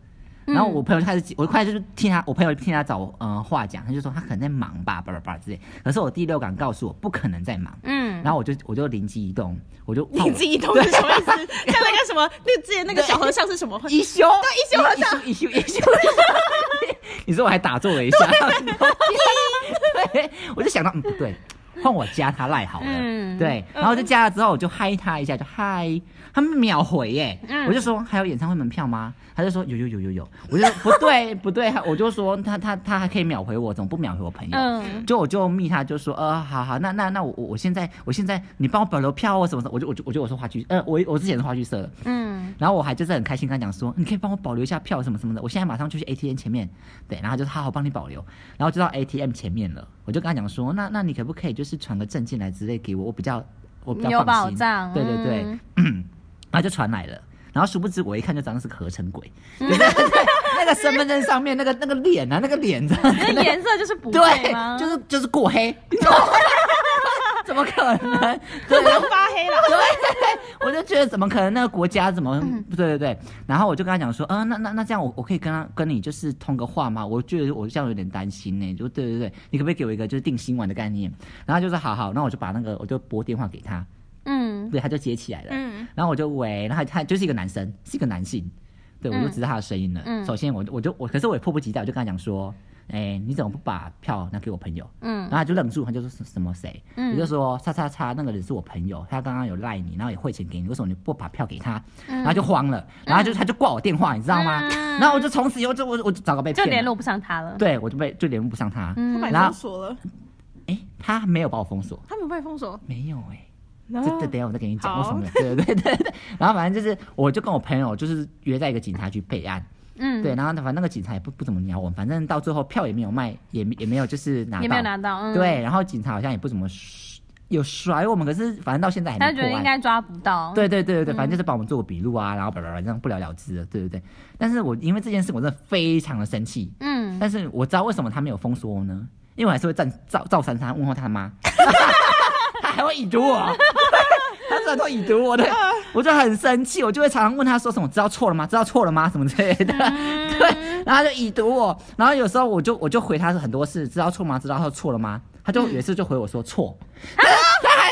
Speaker 3: 然后我朋友就开始，我快就是听他，我朋友听他找呃话讲，他就说他可能在忙吧，巴拉巴拉之类。可是我第六感告诉我不可能在忙，
Speaker 2: 嗯，
Speaker 3: 然后我就我就灵机一动，我就
Speaker 4: 你自己懂是什么意思？像那个什么，那之前那个小和尚是什么？
Speaker 3: 啊 一休，对一休和尚，一休一休。你说我还打坐了一下，对，我就想到嗯不对，换我加他赖好了，
Speaker 2: 嗯
Speaker 3: 对，然后就加了之后我就嗨他一下，就嗨，他秒回耶，
Speaker 2: 嗯
Speaker 3: 我就说还有演唱会门票吗？他就说有有有有有，我就说不对不对，我就说他他他还可以秒回我，怎么不秒回我朋友？
Speaker 2: 嗯
Speaker 3: 就我就密他，就说呃，好好，那那那我我我现在我现在你帮我保留票哦，什么什么，我就我就我就我说话剧，呃，我我之前是话剧社的，
Speaker 2: 嗯，
Speaker 3: 然后我还就是很开心跟他讲说，你可以帮我保留一下票什么什么的，我现在马上就去 ATM 前面，对，然后他就说好好帮你保留，然后就到 ATM 前面了，我就跟他讲说，那那你可不可以就是传个证件来之类给我，我比较我比较
Speaker 2: 有
Speaker 3: 放
Speaker 2: 保
Speaker 3: 心
Speaker 2: 障
Speaker 3: 对对对，
Speaker 2: 嗯
Speaker 3: 然后就传来了。然后殊不知，我一看就知道那是合成鬼，就是那个那个身份证上面那个那个脸啊，那个脸这样子
Speaker 2: 那颜色就是不 对吗？
Speaker 3: 对，就是就是 过黑， 怎么可能？对，
Speaker 4: 都发黑了。
Speaker 3: 我就觉得怎么可能那个国家怎么、
Speaker 2: 嗯
Speaker 3: 对对对，然后我就跟他讲说，啊，那那那这样我我可以跟他跟你就是通个话吗？我觉得我这样有点担心呢、就对对对，你可不可以给我一个就是定心丸的概念？然后他就说好好，那我就把那个我就拨电话给他，
Speaker 2: 嗯
Speaker 3: 对，他就接起来了，
Speaker 2: 嗯
Speaker 3: 然后我就喂，然后他他就是一个男生，是一个男性，对我就知道他的声音了。
Speaker 2: 嗯
Speaker 3: 首先我就我就我，可是我也迫不及待，我就跟他讲说，哎、你怎么不把票拿给我朋友？然
Speaker 2: 嗯
Speaker 3: 后他就愣住，他就说什什么谁？
Speaker 2: 嗯
Speaker 3: 我就说叉叉叉那个人是我朋友，他刚刚有赖你，然后也汇钱给你，为什么你不把票给他？然后就慌了，然后就他就挂我电话，你知道吗？
Speaker 2: 嗯
Speaker 3: 然后我就从此以后就我我就找个被
Speaker 2: 就
Speaker 3: 骗了
Speaker 2: 联络，不上他了。
Speaker 3: 对我就被就联络不上他。
Speaker 2: 嗯
Speaker 4: 他把你
Speaker 3: 然后
Speaker 4: 封锁了，
Speaker 3: 哎、他没有把我封锁，
Speaker 4: 他们被封锁。
Speaker 3: 没有哎、
Speaker 2: 啊
Speaker 4: 然
Speaker 3: 这这等一下我再跟你讲为什么。对对对对。然后反正就是，我就跟我朋友就是约在一个警察局备案，
Speaker 2: 嗯，
Speaker 3: 对，然后反正那个警察也不不怎么鸟我们，反正到最后票也没有卖，也也没有就是拿到，
Speaker 2: 也没有拿到。嗯，，
Speaker 3: 对，然后警察好像也不怎么甩有甩我们，可是反正到现在还
Speaker 2: 他
Speaker 3: 没
Speaker 2: 觉
Speaker 3: 破
Speaker 2: 得应
Speaker 3: 案。
Speaker 2: 该嗯抓不到。，
Speaker 3: 对对对对对，反正就是帮我们做个笔录啊，然后叭叭叭，这样不了了之了，对对对。但是我因为这件事，我真的非常的生气。
Speaker 2: 嗯，
Speaker 3: 但是我知道为什么他没有封锁我呢？因为我还是会站照照三三问候他妈， 他还会已读我， 他虽然都已读我的，我就很生气，我就会常常问他说什么知道错了吗？知道错了吗？什么之类的， 对，然后他就已读我，然后有时候我就我就回他很多次，知道错吗？知道错了吗？他就有一次就回我说错，他还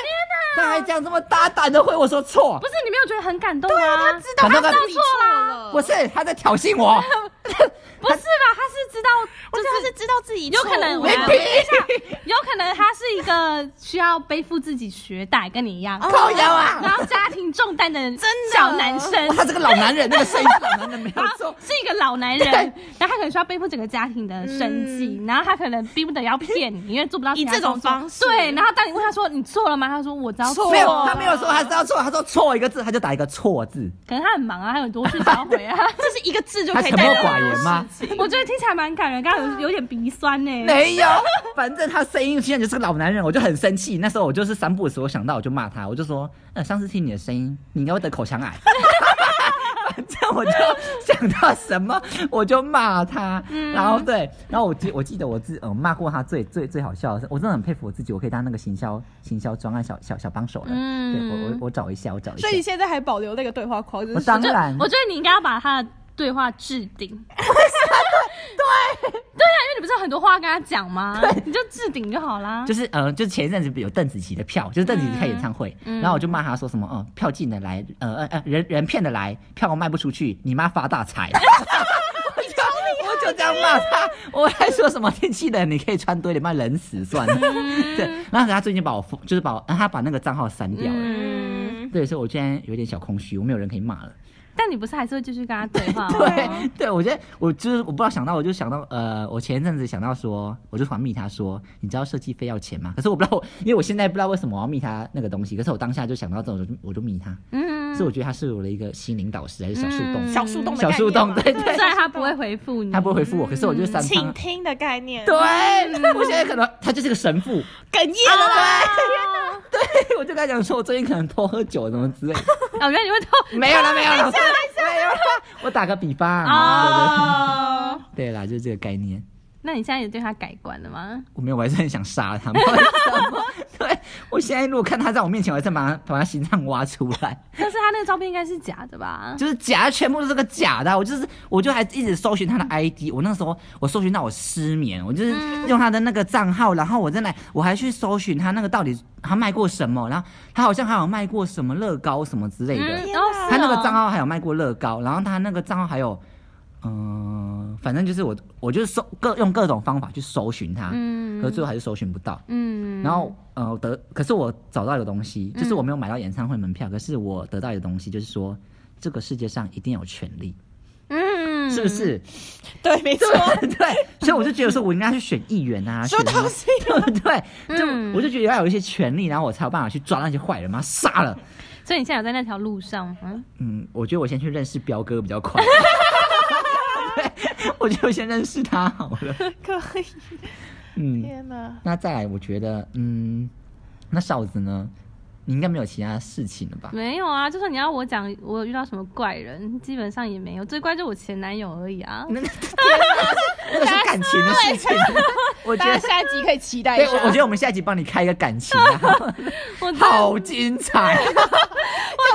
Speaker 3: 他还这样这么大胆的回我说错
Speaker 2: 不，是你没有觉得很感动吗？
Speaker 4: 知道
Speaker 3: 反
Speaker 4: 他
Speaker 3: 正啊他
Speaker 4: 自己错了，
Speaker 3: 不是他在挑衅我，
Speaker 2: 不是吧？他是知道，
Speaker 4: 我觉得他是知道自己
Speaker 2: 有可能我
Speaker 4: 错误啊
Speaker 2: 们等一下，有可能他是一个需要背负自己学贷，跟你一样，
Speaker 3: 靠腰啊！
Speaker 2: 然后家庭重担的小男生
Speaker 3: 哇，他这个老男人，那个声音是老男人没有
Speaker 2: 然后
Speaker 3: 错。
Speaker 2: 是一个老男人，然后他可能需要背负整个家庭的生计，然后他可能逼不得要骗你，因为做不到其他
Speaker 4: 以这种
Speaker 2: 工作
Speaker 4: 方式
Speaker 2: 对，然后当你问他说你错了吗？他说我知道错，
Speaker 3: 没有，
Speaker 4: 啊
Speaker 3: 他没有说他知道错，他说错一个字，他就打一个错字。
Speaker 2: 可能他很忙啊，他有很多事情要 回啊。
Speaker 4: 这是一个字就
Speaker 3: 他
Speaker 4: 可以
Speaker 3: 沉
Speaker 4: 代
Speaker 3: 默
Speaker 4: 表
Speaker 3: 寡言吗？
Speaker 2: 我觉得听起来蛮感人，刚刚有有点鼻酸呢、
Speaker 3: 没有，反正他声音现在就是个老男人，我就很生气。那时候我就是三不五时，我想到我就骂他，我就说，呃，上次听你的声音，你应该会得口腔 癌。反正我就想到什么我就骂他，
Speaker 4: 嗯
Speaker 3: 然后对，然后我记我记得我自嗯骂过他最最最好笑的是，我真的很佩服我自己，我可以当那个行销行销专案小小小帮手了。
Speaker 2: 嗯
Speaker 3: 对我我我找一下，我找一下
Speaker 4: 所以。你现在还保留那个对话框，就
Speaker 3: 我
Speaker 4: 是
Speaker 3: 当
Speaker 2: 就
Speaker 3: 然，
Speaker 2: 我觉得你应该要把他的对话置顶。 对对啊，因为你不是有很多话要跟他讲吗？你就置顶就好啦。
Speaker 3: 就是呃，就是前一阵子有邓紫棋的票，就是邓紫棋开演唱会，然后我就骂他说什么，嗯、票进的来，呃呃呃，人人骗的来，票卖不出去，你妈发大财。 我就我就这样骂他，我还说什么天气冷，你可以穿多一点，不然冷死算了。 对，然后他最近把我封，就是把我，他把那个账号删掉了。
Speaker 4: 嗯，
Speaker 3: 对，所以我现在有点小空虚，我没有人可以骂了。
Speaker 2: 但你不是还是会继续跟他对 话吗？
Speaker 3: 对对，我觉得我就是我不知道想到，我就想到呃，我前一阵子想到说，我就传密他说，你知道设计费要钱吗？可是我不知道我，因为我现在不知道为什么我要密他那个东西，可是我当下就想到这种，我就我就密他，
Speaker 2: 嗯，
Speaker 3: 所以我觉得他是我的一个心灵导师还是小树洞，
Speaker 2: 嗯
Speaker 4: 小树洞的
Speaker 3: 小树洞，
Speaker 4: 概
Speaker 3: 对
Speaker 4: 念嘛
Speaker 3: 对
Speaker 2: 虽，然他不会回复你，
Speaker 3: 他不会回复我，可是我就三
Speaker 4: 倾
Speaker 2: 嗯
Speaker 3: 他。
Speaker 4: 听的概念，
Speaker 3: 对，我现在可能他就是个神父，
Speaker 4: 哽咽了吧？
Speaker 2: 啊
Speaker 3: 对我就跟他讲说，我最近可能偷喝酒什么之类的，
Speaker 2: 哦，原来你会偷
Speaker 3: 没有了 没有了，没有了，我打个比方，对
Speaker 2: 哦。
Speaker 3: 对对啦，就是这个概念。
Speaker 2: 那你现在也对他改观了吗？
Speaker 3: 我没有，我还是很想杀他们。 不知道为什么对，我现在如果看他在我面前，我还是把他把他心脏挖出 来，
Speaker 2: 但是他那个照片应该是假的吧？
Speaker 3: 就是假的，全部都是个假的啊。我就是，我就还一直搜寻他的 ID。我那时候我搜寻到我失眠，我就是
Speaker 2: 嗯
Speaker 3: 用他的那个账号，然后我真的我还去搜寻他那个到底他卖过什么，然后他好像还有卖过什么乐高什么之类的。
Speaker 2: 嗯，
Speaker 4: 天
Speaker 2: 然后
Speaker 4: 哪
Speaker 3: 他那个啊账号还有卖过乐高，然后他那个账号还有，嗯、反正就是我，我就是搜各用各种方法去搜寻他，
Speaker 2: 嗯
Speaker 3: 可是最后还是搜寻不到。
Speaker 2: 嗯，
Speaker 3: 然后呃，我得可是我找到一个东西，就是我没有买到演唱会门票，可是我得到一个东西，就是说这个世界上一定有权利，
Speaker 2: 嗯，
Speaker 3: 是不？是？
Speaker 4: 对，没错，
Speaker 3: 对 对，所以我就觉得说我应该去选议 员啊，
Speaker 4: 说
Speaker 3: 选
Speaker 4: 到
Speaker 3: 那
Speaker 4: 西
Speaker 3: 对 对，就
Speaker 2: 嗯
Speaker 3: 我就觉得要有一些权利，然后我才有办法去抓那些坏人嘛，杀了。
Speaker 2: 所以你现在有在那条路上吗？
Speaker 3: 嗯，我觉得我先去认识彪哥比较快。 对，我觉得我先认识他好了。
Speaker 4: 可以，
Speaker 3: 嗯，
Speaker 4: 天哪，
Speaker 3: 那再来，我觉得，嗯，那嫂子呢？你应该没有其他事情了吧？
Speaker 2: 没有啊，就算你要我讲我有遇到什么怪人，基本上也没有，最怪就我前男友而已啊。
Speaker 3: 那个那个是感情的事情，我觉
Speaker 4: 大家
Speaker 3: 得。
Speaker 4: 下一集可以期待一
Speaker 3: 对，
Speaker 4: 下。
Speaker 3: 我我觉得我们下一集帮你开一个感情啊，
Speaker 2: 我真的
Speaker 3: 好精彩！
Speaker 4: 要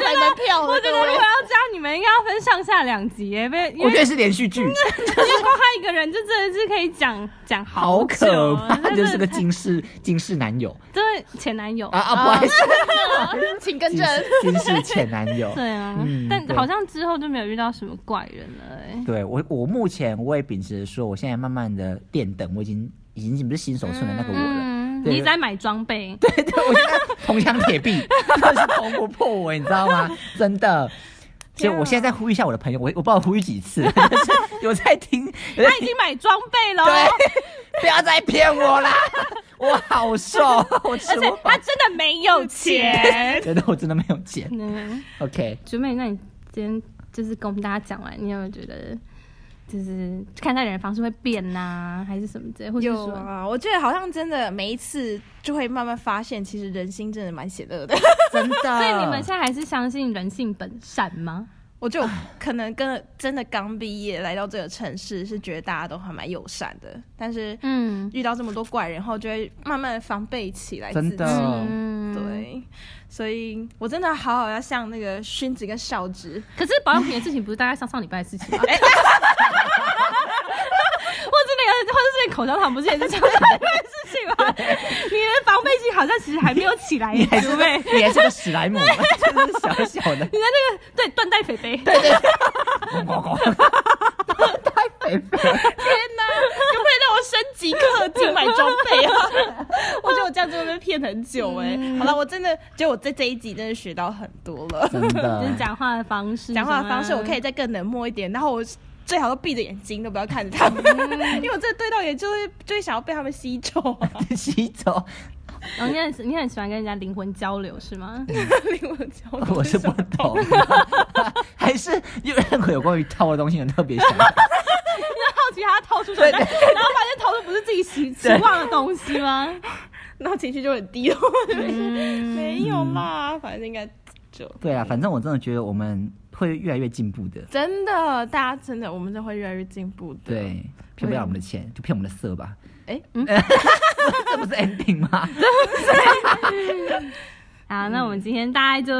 Speaker 4: 买门票
Speaker 2: 我觉
Speaker 4: 了，各
Speaker 2: 得如
Speaker 4: 位
Speaker 2: 果。要这样，你们应该要分上下两集耶，被因
Speaker 3: 我觉
Speaker 2: 为
Speaker 3: 得是连续剧，
Speaker 2: 因为光他一个人就真的是可以讲讲
Speaker 3: 好
Speaker 2: 久
Speaker 3: 可
Speaker 2: 啊
Speaker 3: 怕，
Speaker 2: 真的
Speaker 3: 就是个金氏金氏男友
Speaker 2: 对前男友
Speaker 3: 啊啊，不好意思，
Speaker 4: 请更
Speaker 3: 金
Speaker 4: 正。
Speaker 3: 氏金氏前男友。
Speaker 2: 对啊，
Speaker 3: 嗯
Speaker 2: 但
Speaker 3: 对
Speaker 2: 好像之后就没有遇到什么怪人了哎。
Speaker 3: 对我，我目前我也秉持着说，我现在慢慢的练等，我已经已经不是新手村的那个我了。
Speaker 2: 嗯，
Speaker 3: 对
Speaker 2: 你一直在买装备，
Speaker 3: 对对， 我现在铜墙铁壁，就是铜不破我，你知道 吗？真的。所以
Speaker 2: 啊
Speaker 3: 我现在在呼吁一下我的朋友，我我不知道呼吁 几次，但是有在听，有在
Speaker 2: 他已
Speaker 3: 听，
Speaker 2: 经哦买装备了，
Speaker 3: 对，不要再骗 我啦！我好瘦，我吃
Speaker 2: 而
Speaker 3: 不
Speaker 2: 且
Speaker 3: 饱
Speaker 2: 他，真的没有钱。
Speaker 3: 真的我真的没有钱。
Speaker 2: 嗯，
Speaker 3: OK，
Speaker 2: 九妹，那你今天就是跟我们大家讲完，你有没有觉得就是看待人的方式会变呐、还是什么之类，或者
Speaker 4: 有
Speaker 2: 说、
Speaker 4: 啊，我觉得好像真的每一次就会慢慢发现，其实人心真的蛮险恶的。
Speaker 3: 真的。
Speaker 2: 所以你们现在还是相信人性本善吗？
Speaker 4: 我就可能跟真的刚毕业来到这个城市，是觉得大家都还蛮友善的，但是
Speaker 2: 嗯
Speaker 4: 遇到这么多怪人后，就会慢慢防备起来自己。
Speaker 3: 真的
Speaker 2: 嗯，。
Speaker 4: 对，所以我真的好好要向那个勋子跟少直，
Speaker 2: 可是保养 品的事情不是大概上上礼拜的事情吗？我真的有，或者是那口香糖不是也是常发生的事情吗？你的防备心好像其实还没有起 来，
Speaker 3: 你还是
Speaker 2: 诸位，
Speaker 3: 个你还是个 史莱姆，就是小小的
Speaker 2: 你的那个对断带肥肥，
Speaker 3: 咣咣咣，太肥肥了。
Speaker 4: 天哪，可不可以让我升级氪 金买装备 啊？ 我觉得我这样子会被骗很久哎、好了，我真的觉得我在这一集真的学到很多了，
Speaker 3: 真的，
Speaker 2: 就是讲话的方式，
Speaker 4: 啊
Speaker 2: 啊
Speaker 4: 嗯讲话的方式我可以再更冷漠一点，然后我。最好都闭着眼睛，都不要看着他们， 因为我真的对到眼就会就会想要被他们吸 走啊！
Speaker 3: 洗澡，
Speaker 2: 然后你很你很喜欢跟人家灵魂交流是吗？
Speaker 4: 令我焦 虑
Speaker 3: 我是不懂， 还是有任何有关于套的东西很特别想 法。
Speaker 2: 好奇他掏出什么，然后发现掏出不是自己期期望的东西吗？
Speaker 4: 然后情绪就很低落，没有啦，反正应该就
Speaker 3: 对啊，反正我真的觉得我们会越来越进步的。
Speaker 4: 真的，大家真的，我们这会越来越进步的。，
Speaker 3: 对，嗯骗不了我们的钱，就骗我们的色吧。
Speaker 4: 哎、
Speaker 3: 这不是 ending 吗？
Speaker 2: 好，那我们今天大概就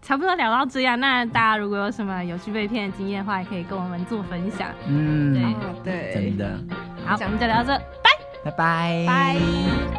Speaker 2: 差不多聊到这样。那大家如果有什么有趣被骗的经验的话，也可以跟我们做分享。
Speaker 3: 嗯，
Speaker 2: 对
Speaker 4: 哦对，
Speaker 3: 真的，
Speaker 2: 好，我们就聊到这，拜。
Speaker 3: 拜拜，
Speaker 4: 拜。